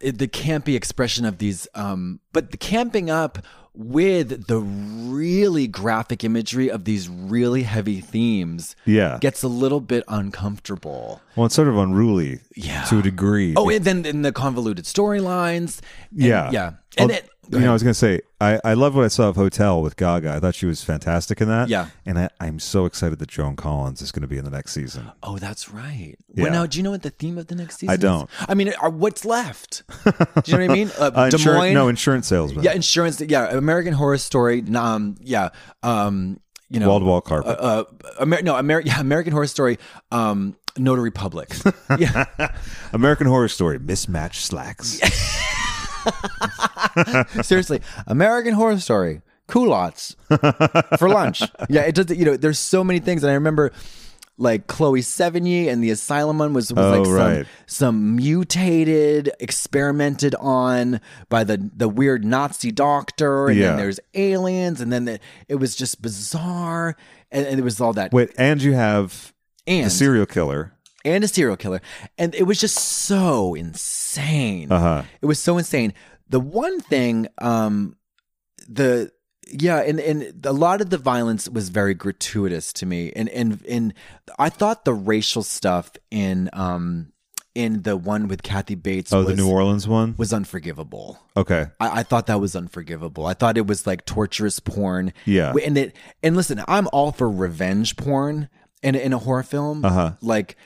Speaker 3: it, the campy expression of these, um, but the camping up with the really graphic imagery of these really heavy themes
Speaker 1: Yeah.
Speaker 3: gets a little bit uncomfortable.
Speaker 1: Well, it's sort of unruly
Speaker 3: Yeah.
Speaker 1: to a degree.
Speaker 3: Oh, and then in the convoluted storylines. and-
Speaker 1: yeah.
Speaker 3: Yeah.
Speaker 1: And
Speaker 3: And it,
Speaker 1: you know, I was going to say, I, I love what I saw of Hotel with Gaga. I thought she was fantastic in that.
Speaker 3: Yeah.
Speaker 1: And I, I'm so excited that Joan Collins is going to be in the next season.
Speaker 3: oh, that's right.
Speaker 1: Yeah.
Speaker 3: Well, now, do you know what the theme of the next season
Speaker 1: I
Speaker 3: is?
Speaker 1: don't.
Speaker 3: I mean, are, what's left? Do you know what
Speaker 1: <laughs>
Speaker 3: I mean? Uh,
Speaker 1: Uh,
Speaker 3: Des
Speaker 1: insurance,
Speaker 3: Moines.
Speaker 1: no, insurance salesman.
Speaker 3: yeah, insurance. Yeah, American Horror Story. Um, yeah, um, you know,
Speaker 1: Wall to wall carpet.
Speaker 3: Uh, Amer- no, Amer- <laughs> yeah, American Horror Story. Um, Notary Public. <laughs> yeah,
Speaker 1: American Horror Story, mismatched
Speaker 3: <laughs>
Speaker 1: slacks.
Speaker 3: seriously, American Horror Story. Culottes for lunch. Yeah, it does. You know, there's so many things, and I remember. Like Chloe Sevigny and the Asylum one was, was
Speaker 1: Oh,
Speaker 3: like some,
Speaker 1: right.
Speaker 3: some mutated, experimented on by the the weird Nazi doctor, and
Speaker 1: Yeah.
Speaker 3: then there's aliens, and then the, it was just bizarre, and, and it was all that.
Speaker 1: Wait, and you have
Speaker 3: and
Speaker 1: the serial killer.
Speaker 3: and a serial killer. And it was just so insane.
Speaker 1: Uh-huh.
Speaker 3: It was so insane. The one thing, um, the yeah, and and a lot of the violence was very gratuitous to me, and and and I thought the racial stuff in um in the one with Kathy Bates
Speaker 1: Oh,
Speaker 3: was,
Speaker 1: the New Orleans one?
Speaker 3: was unforgivable.
Speaker 1: Okay.
Speaker 3: I, I thought that was unforgivable. I thought it was like torturous porn.
Speaker 1: Yeah.
Speaker 3: And it and listen, I'm all for revenge porn in in a horror film.
Speaker 1: Uh-huh.
Speaker 3: Like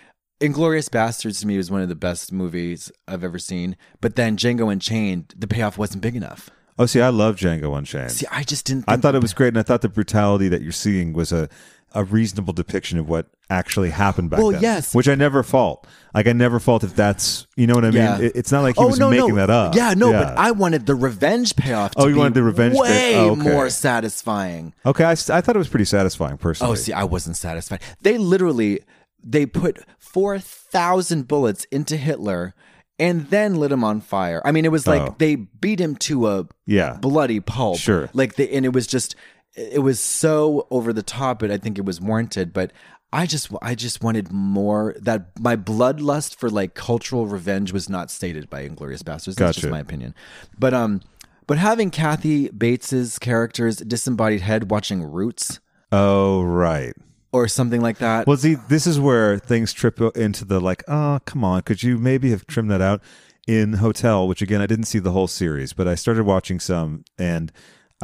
Speaker 3: Inglorious Bastards to me was one of the best movies I've ever seen. But then Django Unchained, the payoff wasn't big enough.
Speaker 1: Oh, see, I love Django Unchained.
Speaker 3: See, I just didn't.
Speaker 1: I
Speaker 3: Think
Speaker 1: thought it was great, and I thought the brutality that you're seeing was a, a reasonable depiction of what actually happened back
Speaker 3: Well,
Speaker 1: then.
Speaker 3: yes.
Speaker 1: which I never fault. Like I never fault if that's you know what I mean.
Speaker 3: Yeah. Oh,
Speaker 1: It- it's not like he was making that up.
Speaker 3: Yeah, no, but I wanted the revenge payoff. To
Speaker 1: Oh, you
Speaker 3: be
Speaker 1: wanted the revenge pay-
Speaker 3: way
Speaker 1: oh, okay.
Speaker 3: more satisfying.
Speaker 1: okay. I, s- I thought it was pretty satisfying personally.
Speaker 3: Oh, see, I wasn't satisfied. They literally they put four thousand bullets into Hitler and then lit him on fire. I mean, it was like
Speaker 1: Oh.
Speaker 3: they beat him to a
Speaker 1: Yeah.
Speaker 3: bloody pulp.
Speaker 1: Sure.
Speaker 3: like they and it was just it was so over the top, but I think it was warranted. But I just I just wanted more. That my bloodlust for like cultural revenge was not stated by Inglorious Bastards. That's
Speaker 1: Gotcha.
Speaker 3: just my opinion. But um. But having Kathy Bates's character's disembodied head watching Roots
Speaker 1: Oh, right.
Speaker 3: or something like that.
Speaker 1: Well, see, this is where things trip o- into the like. Oh, come on. Could you maybe have trimmed that out in Hotel? Which again, I didn't see the whole series, but I started watching some and.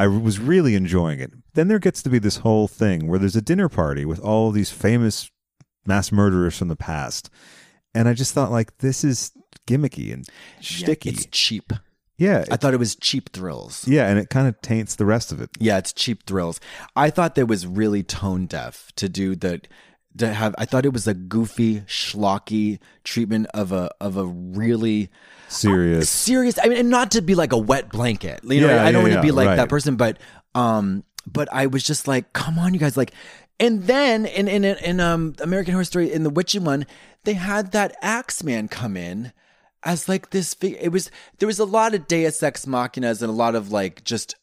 Speaker 1: I was really enjoying it. Then there gets to be this whole thing where there's a dinner party with all these famous mass murderers from the past. And I just thought, like, this is gimmicky and shticky.
Speaker 3: It's cheap.
Speaker 1: Yeah.
Speaker 3: I thought Oh, it was cheap thrills.
Speaker 1: yeah. And it kind of taints the rest of it.
Speaker 3: Yeah, it's cheap thrills. I thought that was really tone deaf to do the to have I thought it was a goofy, schlocky treatment of a of a really
Speaker 1: Serious.
Speaker 3: serious I mean and not to be like a wet blanket. You know,
Speaker 1: Yeah,
Speaker 3: I don't
Speaker 1: yeah,
Speaker 3: want to be
Speaker 1: yeah,
Speaker 3: like
Speaker 1: right.
Speaker 3: that person, but um but I was just like, come on you guys like and then in in in um American Horror Story in the Witching one, they had that Axeman come in as like this fig- it was there was a lot of deus ex machinas and a lot of like just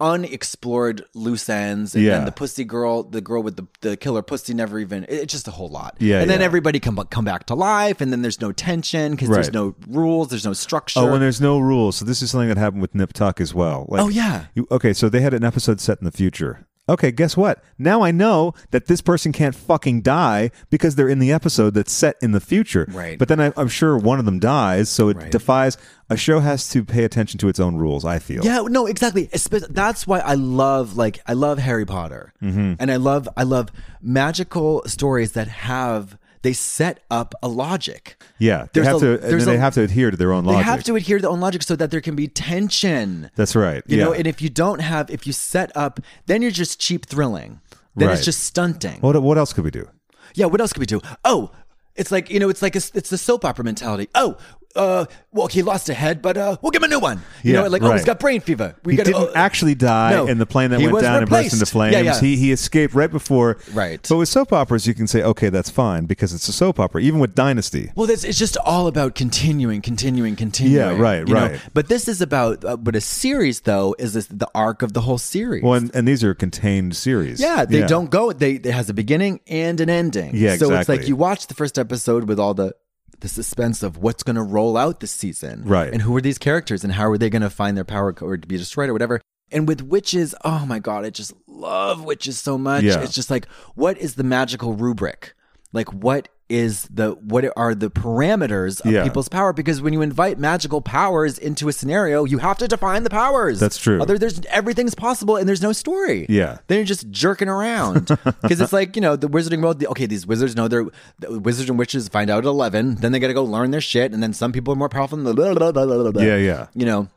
Speaker 3: unexplored loose ends and
Speaker 1: Yeah.
Speaker 3: then the pussy girl the girl with the, the killer pussy never even it- it's just a whole lot
Speaker 1: Yeah,
Speaker 3: and then
Speaker 1: yeah.
Speaker 3: everybody come come back to life and then there's no tension because
Speaker 1: Right.
Speaker 3: there's no rules there's no structure
Speaker 1: Oh, and there's no rules. So this is something that happened with Nip Tuck as well. Like,
Speaker 3: Oh, yeah.
Speaker 1: You, okay, so they had an episode set in the future. Okay, guess what? Now I know that this person can't fucking die because they're in the episode that's set in the future.
Speaker 3: Right.
Speaker 1: But then I, I'm sure one of them dies, so it
Speaker 3: Right.
Speaker 1: defies. A show has to pay attention to its own rules. I feel.
Speaker 3: Yeah, no, exactly. Espe- That's why I love like I love Harry Potter,
Speaker 1: Mm-hmm.
Speaker 3: and I love I love magical stories that have they set up a logic.
Speaker 1: Yeah, they
Speaker 3: There's
Speaker 1: have
Speaker 3: a-
Speaker 1: to. And then
Speaker 3: there's
Speaker 1: they
Speaker 3: a-
Speaker 1: have to adhere to their own logic.
Speaker 3: They have to adhere to their own logic so that there can be tension.
Speaker 1: That's right.
Speaker 3: You
Speaker 1: yeah.
Speaker 3: know, and if you don't have, if you set up, then you're just cheap thrilling. Then
Speaker 1: Right.
Speaker 3: it's just stunting.
Speaker 1: what what else could we do?
Speaker 3: Yeah, what else could we do? Oh, it's like you know, it's like a, it's the soap opera mentality. Oh, uh, well, he lost a head, but uh, we'll give him a new one. You
Speaker 1: Yeah,
Speaker 3: know, like oh,
Speaker 1: right.
Speaker 3: he's got brain fever. We
Speaker 1: he
Speaker 3: gotta-
Speaker 1: didn't
Speaker 3: oh,
Speaker 1: actually die
Speaker 3: No,
Speaker 1: in the plane that
Speaker 3: he
Speaker 1: went
Speaker 3: was
Speaker 1: down and burst into
Speaker 3: replaced.
Speaker 1: flames.
Speaker 3: Yeah, yeah.
Speaker 1: He he escaped right before.
Speaker 3: Right.
Speaker 1: But with soap operas, you can say, okay, that's fine because it's a soap opera. Even with Dynasty,
Speaker 3: Well, that's, it's just all about continuing, continuing, continuing.
Speaker 1: Yeah, right,
Speaker 3: you know?
Speaker 1: right.
Speaker 3: But this is about, uh, but a series though is this, the arc of the whole series.
Speaker 1: well, and, and these are contained series.
Speaker 3: Yeah, they don't go. They it has a beginning and an ending.
Speaker 1: Yeah,
Speaker 3: So it's
Speaker 1: exactly.
Speaker 3: like you watch the first episode with all the the suspense of what's going to roll out this season,
Speaker 1: Right.
Speaker 3: And who are these characters, and how are they going to find their power co- or be destroyed or whatever. And with witches, oh my god, I just love witches so much.
Speaker 1: Yeah.
Speaker 3: It's just like, what is the magical rubric? Like, what is the what are the parameters of
Speaker 1: Yeah.
Speaker 3: people's power? Because when you invite magical powers into a scenario, you have to define the powers.
Speaker 1: That's true.
Speaker 3: Other there's everything's possible, and there's no story.
Speaker 1: Yeah.
Speaker 3: Then you're just
Speaker 1: <laughs>
Speaker 3: jerking around because it's like you know the wizarding world. the- Okay, these wizards know they're the wizards and witches find out at eleven. Then they got to go learn their shit, and then some people are more powerful. Than the blah, blah, blah, blah, blah.
Speaker 1: Yeah, yeah.
Speaker 3: You know,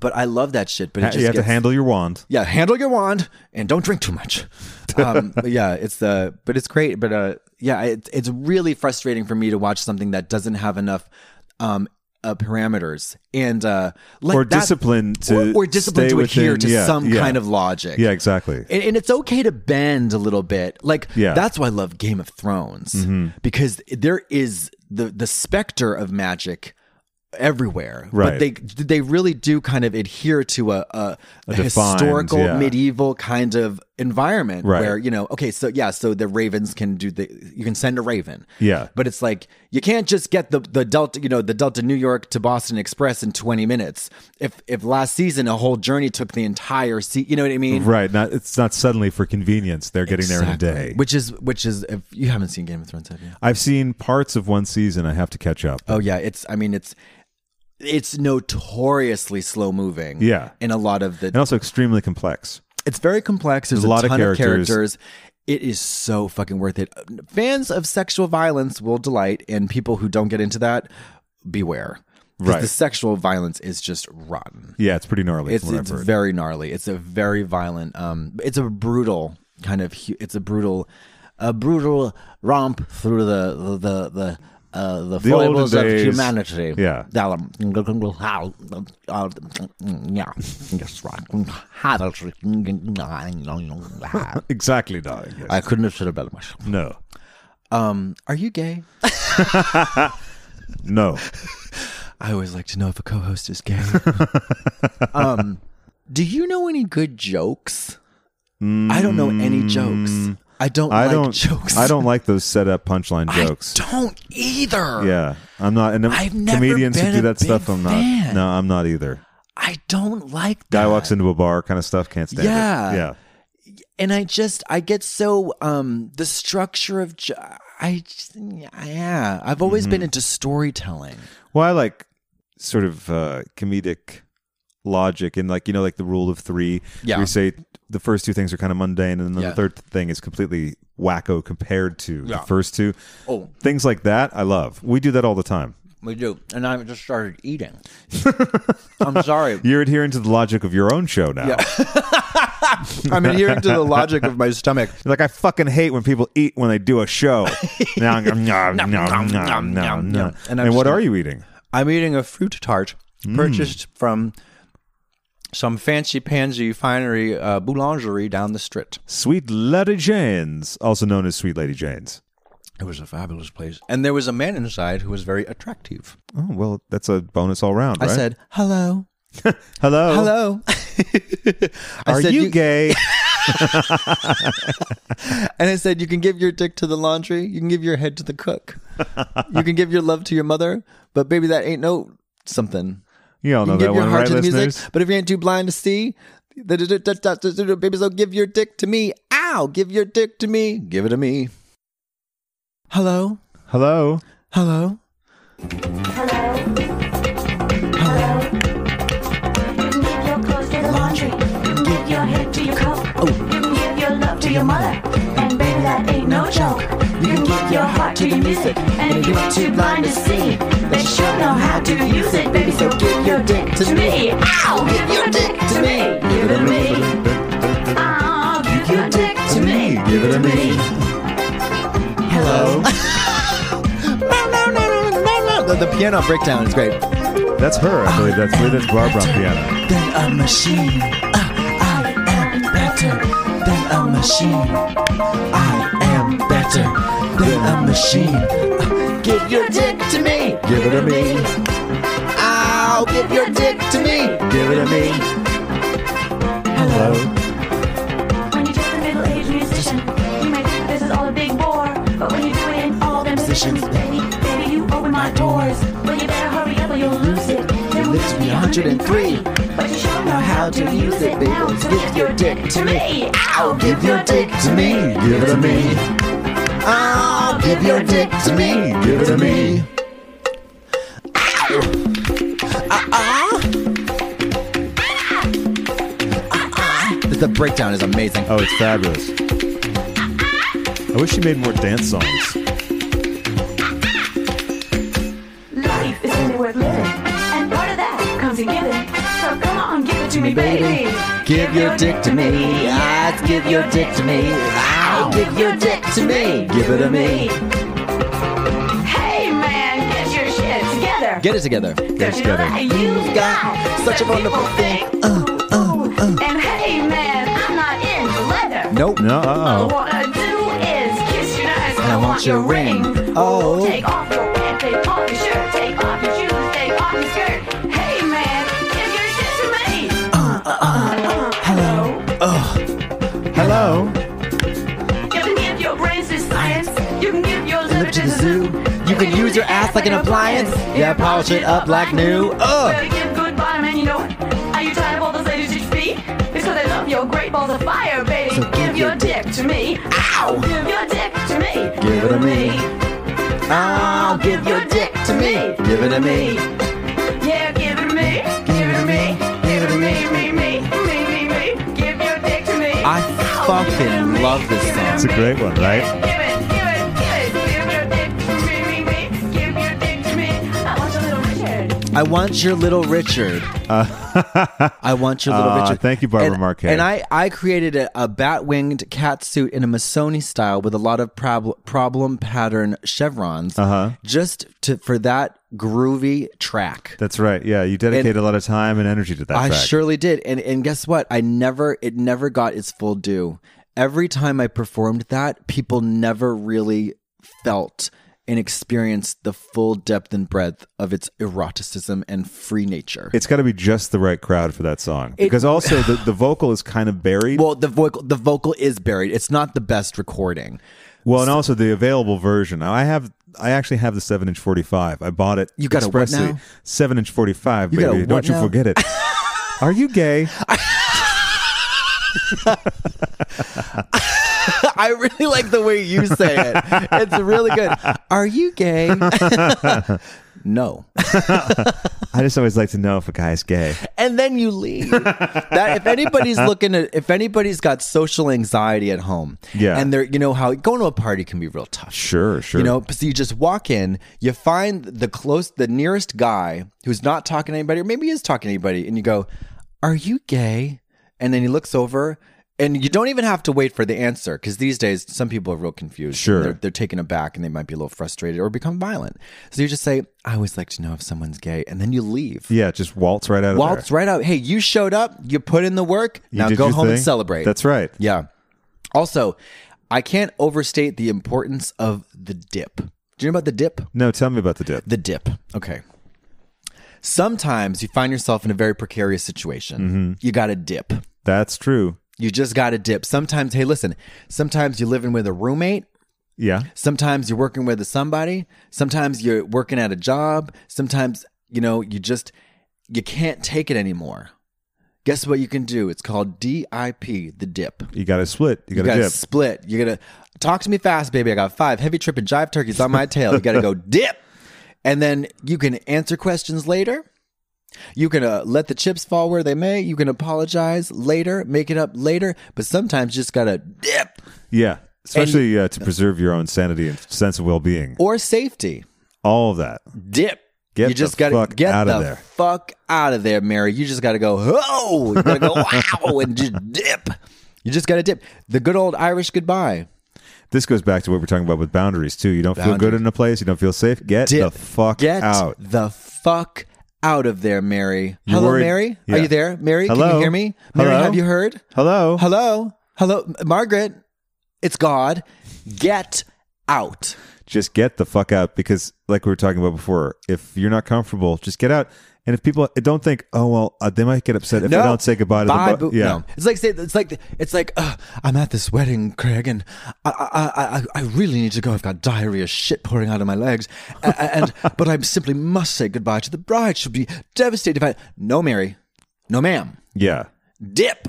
Speaker 3: but I love that shit. But it
Speaker 1: Ha-
Speaker 3: just
Speaker 1: you have to
Speaker 3: gets-
Speaker 1: handle your wand.
Speaker 3: Yeah, handle your wand and don't drink too much.
Speaker 1: <laughs>
Speaker 3: Um, but yeah, it's uh, but it's great. But uh, yeah, it, it's really frustrating for me to watch something that doesn't have enough. Um, uh, parameters and uh, like
Speaker 1: Or
Speaker 3: that-
Speaker 1: discipline to
Speaker 3: or, or discipline
Speaker 1: stay
Speaker 3: to adhere
Speaker 1: within-
Speaker 3: to
Speaker 1: yeah,
Speaker 3: some
Speaker 1: yeah.
Speaker 3: kind of logic.
Speaker 1: Yeah, exactly.
Speaker 3: And, and it's okay to bend a little bit. Like
Speaker 1: Yeah. Mm-hmm.
Speaker 3: that's why I love Game of Thrones because there is the the specter of magic everywhere.
Speaker 1: Right.
Speaker 3: But they they really do kind of adhere to a a,
Speaker 1: A defined,
Speaker 3: historical
Speaker 1: yeah.
Speaker 3: medieval kind of environment
Speaker 1: Right.
Speaker 3: where you know okay so yeah so the ravens can do the you can send a raven
Speaker 1: Yeah.
Speaker 3: but it's like you can't just get the the delta you know the delta new york to boston express in 20 minutes if if last season a whole journey took the entire sea you know what i mean
Speaker 1: Right. Not it's not suddenly for convenience. They're getting there in a
Speaker 3: Exactly.
Speaker 1: day. Uh,
Speaker 3: Which is which is if you haven't seen Game of Thrones, have you?
Speaker 1: I've seen parts of one season. I have to catch up.
Speaker 3: Oh yeah, it's I mean it's it's notoriously slow moving.
Speaker 1: Yeah.
Speaker 3: In a lot of the
Speaker 1: and also extremely complex.
Speaker 3: it's very complex. There's,
Speaker 1: There's a lot of
Speaker 3: ton
Speaker 1: characters.
Speaker 3: It is so fucking worth it. Fans of sexual violence will delight, and people who don't get into that, beware. 'Cause
Speaker 1: Right.
Speaker 3: The sexual violence is just rotten.
Speaker 1: Yeah, it's pretty gnarly.
Speaker 3: It's
Speaker 1: from what
Speaker 3: it's
Speaker 1: I've heard.
Speaker 3: very gnarly. It's a very violent. Um, it's a brutal kind of. hu- It's a brutal, a brutal romp through the the the. the uh, the,
Speaker 1: The olden
Speaker 3: foibles of
Speaker 1: days.
Speaker 3: humanity.
Speaker 1: Yeah.
Speaker 3: That, um, uh, yeah. Yes,
Speaker 1: <laughs>
Speaker 3: right.
Speaker 1: exactly darling. Yes.
Speaker 3: I couldn't have said it better myself.
Speaker 1: no,
Speaker 3: Um, are you gay?
Speaker 1: no.
Speaker 3: I always like to know if a co-host
Speaker 1: <laughs>
Speaker 3: is gay. um, do you know any good jokes? I don't know any jokes. I don't
Speaker 1: Hmm. I
Speaker 3: like
Speaker 1: don't.
Speaker 3: jokes.
Speaker 1: I don't like those set up punchline
Speaker 3: <laughs> I
Speaker 1: jokes.
Speaker 3: don't either.
Speaker 1: Yeah, I'm not. And
Speaker 3: I've never
Speaker 1: comedians
Speaker 3: been
Speaker 1: who do
Speaker 3: a
Speaker 1: that stuff.
Speaker 3: big
Speaker 1: I'm not.
Speaker 3: fan.
Speaker 1: No, I'm not either.
Speaker 3: I don't like that.
Speaker 1: Guy walks into a bar, kind of stuff. Can't stand
Speaker 3: Yeah.
Speaker 1: it. Yeah,
Speaker 3: and I just I get so um the structure of jo- I just, yeah I've always
Speaker 1: Mm-hmm.
Speaker 3: been into storytelling.
Speaker 1: Well, I like sort of uh, comedic logic and like you know like the rule of three.
Speaker 3: Yeah.
Speaker 1: we say the first two things are kind of mundane, and then
Speaker 3: Yeah.
Speaker 1: the third thing is completely wacko compared to
Speaker 3: Yeah.
Speaker 1: the first two.
Speaker 3: Oh.
Speaker 1: things like that, I love. We do that all the time.
Speaker 3: We do, and I just started
Speaker 1: <laughs>
Speaker 3: eating. I'm sorry.
Speaker 1: You're adhering to the logic of your own show now.
Speaker 3: I'm adhering to the logic of my stomach.
Speaker 1: Like I fucking hate when people eat when they do a show.
Speaker 3: <laughs>
Speaker 1: now I'm going, nom, nom, nom, nom, nom, nom.
Speaker 3: And
Speaker 1: And,
Speaker 3: I'm just
Speaker 1: what
Speaker 3: gonna-
Speaker 1: are you eating?
Speaker 3: I'm eating a fruit tart purchased from some fancy pansy finery uh, boulangerie down the street.
Speaker 1: Sweet Lady Jane's, also known as Sweet Lady Jane's.
Speaker 3: It was a fabulous place, and there was a man inside who was very attractive.
Speaker 1: Oh well, that's a bonus all round, right?
Speaker 3: I said, "Hello, Oh.
Speaker 1: hello,
Speaker 3: hello." <laughs> I
Speaker 1: Are
Speaker 3: said,
Speaker 1: you
Speaker 3: <laughs>
Speaker 1: gay?
Speaker 3: And I said, "You can give your dick to the laundry. You can give your head to the <laughs> cook. you can give your love to your mother, but baby, that ain't no something."
Speaker 1: You all
Speaker 3: You
Speaker 1: know
Speaker 3: can
Speaker 1: that
Speaker 3: give your
Speaker 1: one,
Speaker 3: heart
Speaker 1: right,
Speaker 3: to the
Speaker 1: listeners?
Speaker 3: music, but if you ain't too blind to see, da- da- da- da- da- da- da- da- baby, so give your dick to me. Ow, give your dick to me. Give it to me. Hello,
Speaker 1: Hello.
Speaker 3: hello.
Speaker 10: You can give your clothes to the laundry. You can give your head to your coat.
Speaker 3: Oh.
Speaker 10: You can give your love to your mother. And baby, that ain't no joke. You can give your heart to your music. And if you ain't too blind to see, they sure know how to use it, baby. So give your dick to me. Ow! Give your dick to me. Give it to me. Ow! Give your dick to me. Give it to me. Hello.
Speaker 3: <laughs> The, the piano breakdown is great.
Speaker 1: That's her, I believe. That's, I believe that's Barbara on piano.
Speaker 3: Then a machine. I am better than a machine. I am better than a machine. Give your dick to me. Give it to me. Ow, give your dick to me. Give it to me. Hello.
Speaker 10: When you just a middle-aged musician, you may think this is all a big bore. But when you do it in all them positions, baby, baby, you open my door. used to be 103. But you sure know how to use it, baby. Give your dick to me. Ow, give your dick to me. Give it to me. Ow, give your dick to me.
Speaker 3: Give it to me. The breakdown is amazing.
Speaker 1: Oh, it's fabulous. I wish she made more dance songs.
Speaker 10: Life is only worth living, and part of that comes in giving. So come on, give it to me, baby.
Speaker 3: Give your dick to me. Ah, give your dick to me. Ow.
Speaker 10: Give your dick to me.
Speaker 3: Give it to me.
Speaker 10: Hey man, get your shit together.
Speaker 3: Get it together.
Speaker 10: Don't you know that you've got such a wonderful thing? Uh, uh, uh. And hey man, I'm not into leather.
Speaker 3: Nope.
Speaker 1: No,
Speaker 10: All I
Speaker 1: uh-oh.
Speaker 10: wanna do is kiss your eyes.
Speaker 3: I want your ring. Oh.
Speaker 10: Take off your pants, take off your shirt, take off your shoes, take off your skirt. Hey man, give your shit to me. Uh, uh, uh, hello.
Speaker 3: Hello.
Speaker 10: You can give your brains to science. You can give your liver
Speaker 3: Live to the zoo. You can use your ass like an appliance. Yeah, polish it up like new. Ugh.
Speaker 10: Better give good bottom and you know it. Are you tired of all those ladies you feet? It's cause I love your great balls of fire, baby.
Speaker 3: So
Speaker 10: give your dick to me. Ow! Give your dick to me.
Speaker 3: Give it to me.
Speaker 10: Ow! Give your dick to me.
Speaker 3: Give it to me.
Speaker 10: Yeah, give it to me. Give it to me. Give it to me. Me, me, me, me, me. Give your dick to me.
Speaker 3: I
Speaker 10: Ow, give it to
Speaker 3: fucking
Speaker 10: me.
Speaker 3: love this
Speaker 10: Give it
Speaker 3: song.
Speaker 1: It's a great one, right?
Speaker 10: Give it, give it, give it, give your dick to me, me, me. Give your dick to me. I want your little Richard.
Speaker 3: I want your little Richard. I want your little
Speaker 1: Uh, <laughs>
Speaker 3: Richard.
Speaker 1: thank you, Barbara
Speaker 3: and,
Speaker 1: Marquez.
Speaker 3: And I, I created a, a bat winged cat suit in a Missoni style with a lot of prob- problem pattern chevrons, uh-huh. just to for that groovy track.
Speaker 1: That's right. Yeah, you dedicated a lot of time and energy to that
Speaker 3: I
Speaker 1: track.
Speaker 3: surely did. And and guess what? I never it never got its full due. Every time I performed that, people never really felt and experienced the full depth and breadth of its eroticism and free nature.
Speaker 1: It's got to be just the right crowd for that song because also the, the vocal is kind of buried. Well,
Speaker 3: well, the vocal the vocal is buried. It's not the best recording. <laughs>
Speaker 1: and also the available version. Now, I have I actually have the seven inch forty five. I bought it.
Speaker 3: You got a what
Speaker 1: expressly.
Speaker 3: now?
Speaker 1: Seven inch forty five,
Speaker 3: You got a
Speaker 1: baby.
Speaker 3: what
Speaker 1: Don't you
Speaker 3: now?
Speaker 1: forget
Speaker 3: <laughs>
Speaker 1: it. Are you gay?
Speaker 3: I really like the way you say it. It's really good. Are you gay? <laughs> no.
Speaker 1: I just always like to know if a guy's gay.
Speaker 3: and then you leave. that
Speaker 1: <laughs>
Speaker 3: if anybody's looking at if anybody's got social anxiety at home,
Speaker 1: Yeah.
Speaker 3: and they're you know how going to a party can be real tough.
Speaker 1: Sure, sure.
Speaker 3: You know, so you just walk in, you find the close, the nearest guy who's not talking to anybody, or maybe is talking to anybody, and you go, "Are you gay?" And then he looks over, and you don't even have to wait for the answer because these days some people are real confused. and
Speaker 1: Sure.
Speaker 3: they're, they're taken aback and they might be a little frustrated or become violent. So you just say, "I always like to know if someone's gay," and then you leave.
Speaker 1: Yeah, just waltz right out of
Speaker 3: Waltz
Speaker 1: there.
Speaker 3: right out. Hey, you showed up. You put in the work.
Speaker 1: You
Speaker 3: now
Speaker 1: did
Speaker 3: go
Speaker 1: your
Speaker 3: home and
Speaker 1: thing.
Speaker 3: celebrate.
Speaker 1: That's right.
Speaker 3: Yeah. Also, I can't overstate the importance of the dip. Do you know about the dip?
Speaker 1: No, tell me about the dip.
Speaker 3: The dip. Okay. Sometimes you find yourself in a very precarious situation.
Speaker 1: Mm-hmm.
Speaker 3: You got to dip.
Speaker 1: That's true.
Speaker 3: You just got to dip. Sometimes, hey, listen, sometimes you're living with a roommate
Speaker 1: Yeah.
Speaker 3: Sometimes you're working with somebody. Sometimes you're working at a job. Sometimes, you know, you just you can't take it anymore. Guess what you can do? It's called DIP, the dip.
Speaker 1: You got to split. You
Speaker 3: You
Speaker 1: got
Speaker 3: gotta
Speaker 1: to dip.
Speaker 3: split. You gotta talk to me fast, baby. I got five heavy trip and jive turkeys on my tail.
Speaker 1: <laughs>
Speaker 3: You gotta go dip, and then you can answer questions later. You can uh, let the chips fall where they may. You can apologize later, make it up later. But sometimes you just gotta dip
Speaker 1: yeah. Especially uh, to preserve your own sanity and sense of well being.
Speaker 3: or safety.
Speaker 1: All of that.
Speaker 3: dip.
Speaker 1: Get
Speaker 3: you just
Speaker 1: the
Speaker 3: gotta
Speaker 1: fuck
Speaker 3: get
Speaker 1: outta
Speaker 3: the
Speaker 1: there.
Speaker 3: fuck out of there, Mary. You just gotta go, oh, you gotta go, wow, and just dip. You just gotta dip. The good old Irish goodbye.
Speaker 1: This goes back to what we're talking about with boundaries too. You don't feel
Speaker 3: Boundaries.
Speaker 1: good in a place. You don't feel safe. Get
Speaker 3: Dip.
Speaker 1: the fuck
Speaker 3: get
Speaker 1: out.
Speaker 3: the fuck out of there, Mary.
Speaker 1: You
Speaker 3: Hello,
Speaker 1: worried-
Speaker 3: Mary.
Speaker 1: Yeah.
Speaker 3: Are you there, Mary? Can
Speaker 1: Hello?
Speaker 3: you hear me? Mary,
Speaker 1: Hello?
Speaker 3: have you heard?
Speaker 1: Hello.
Speaker 3: Hello, hello, M- Margaret. It's God. Get out.
Speaker 1: just get the fuck out because, like we were talking about before, if you're not comfortable, just get out. And if people don't think, oh well, uh, they might get upset if I don't say goodbye to
Speaker 3: Bye,
Speaker 1: them. but-
Speaker 3: boo- no. it's like say- it's like it's like uh, I'm at this wedding, Craig, and I, I I- I I really need to go. I've got diarrhea, shit pouring out of my legs, and, and <laughs> but I simply must say goodbye to the bride. She'll be devastated if I no, Mary, no, ma'am,
Speaker 1: yeah,
Speaker 3: dip,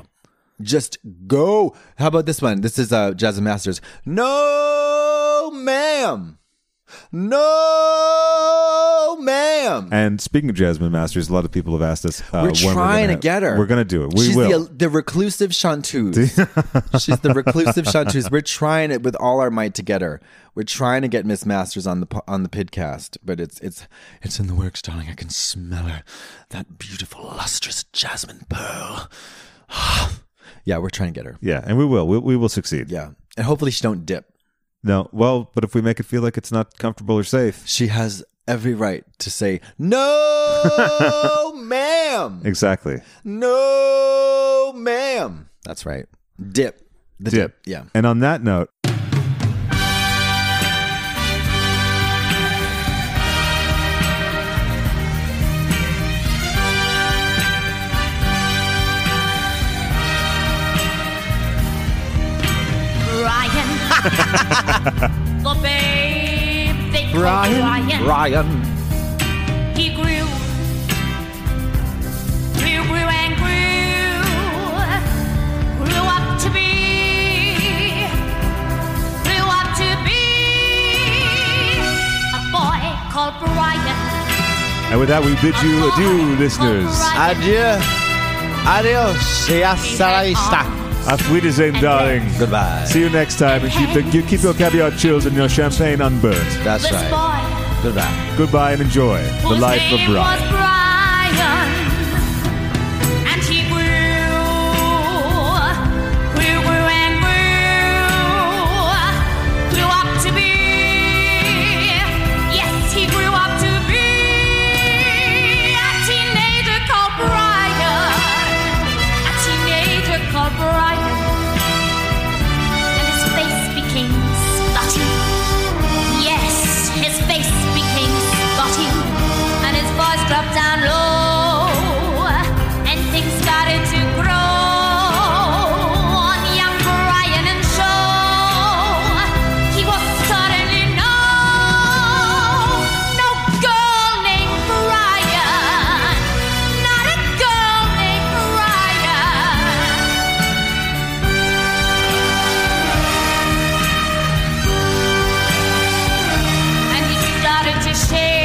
Speaker 3: just go. How about this one? This is uh, Jasmine Masters. No, ma'am, no, ma'am.
Speaker 1: And speaking of Jasmine Masters, a lot of people have asked us. Uh,
Speaker 3: We're
Speaker 1: when gonna
Speaker 3: trying to
Speaker 1: have-
Speaker 3: get her.
Speaker 1: We're going to do it. We
Speaker 3: She's
Speaker 1: will.
Speaker 3: The, the reclusive
Speaker 1: <laughs>
Speaker 3: chanteuse. She's the reclusive chanteuse. We're trying it with all our might to get her. We're trying to get Miss Masters on the po- on the podcast, but it's it's it's in the works, darling. I can smell her, that beautiful, lustrous jasmine pearl. <sighs> yeah, we're trying to get her.
Speaker 1: yeah, and we will. We, we will succeed.
Speaker 3: Yeah, and hopefully she don't dip.
Speaker 1: No. Well, but if we make it feel like it's not comfortable or safe,
Speaker 3: She has every right to say no, <laughs> ma'am.
Speaker 1: exactly.
Speaker 3: No, ma'am. That's right. Dip. The dip. Yeah.
Speaker 1: And on that note,
Speaker 10: <laughs> Brian. the babe they called Brian.
Speaker 3: Ryan.
Speaker 10: He grew, grew, grew and grew, grew up to be, grew up to be a boy called Brian.
Speaker 1: and with that, we bid you adieu, listeners.
Speaker 3: Adieu. Adios. Y hasta la vista.
Speaker 1: Auf Wiedersehen, darling.
Speaker 3: Goodbye.
Speaker 1: See you next time, and keep, the, you keep your caviar chills and your champagne unburnt.
Speaker 3: That's
Speaker 10: This
Speaker 3: right.
Speaker 10: boy.
Speaker 3: Goodbye.
Speaker 1: Goodbye and enjoy the
Speaker 10: whose
Speaker 1: life of
Speaker 10: name
Speaker 1: Brian.
Speaker 10: was Brian. And he grew, grew, grew and grew, grew up to be. Yes, he grew up to be a teenager called Brian. A teenager called Brian. And his face became spotty. Yes, his face became spotty, and his voice dropped down low, and things started to grow on young Brian and show. He was suddenly no, no girl named Brian, not a girl named Brian. and he started to shake.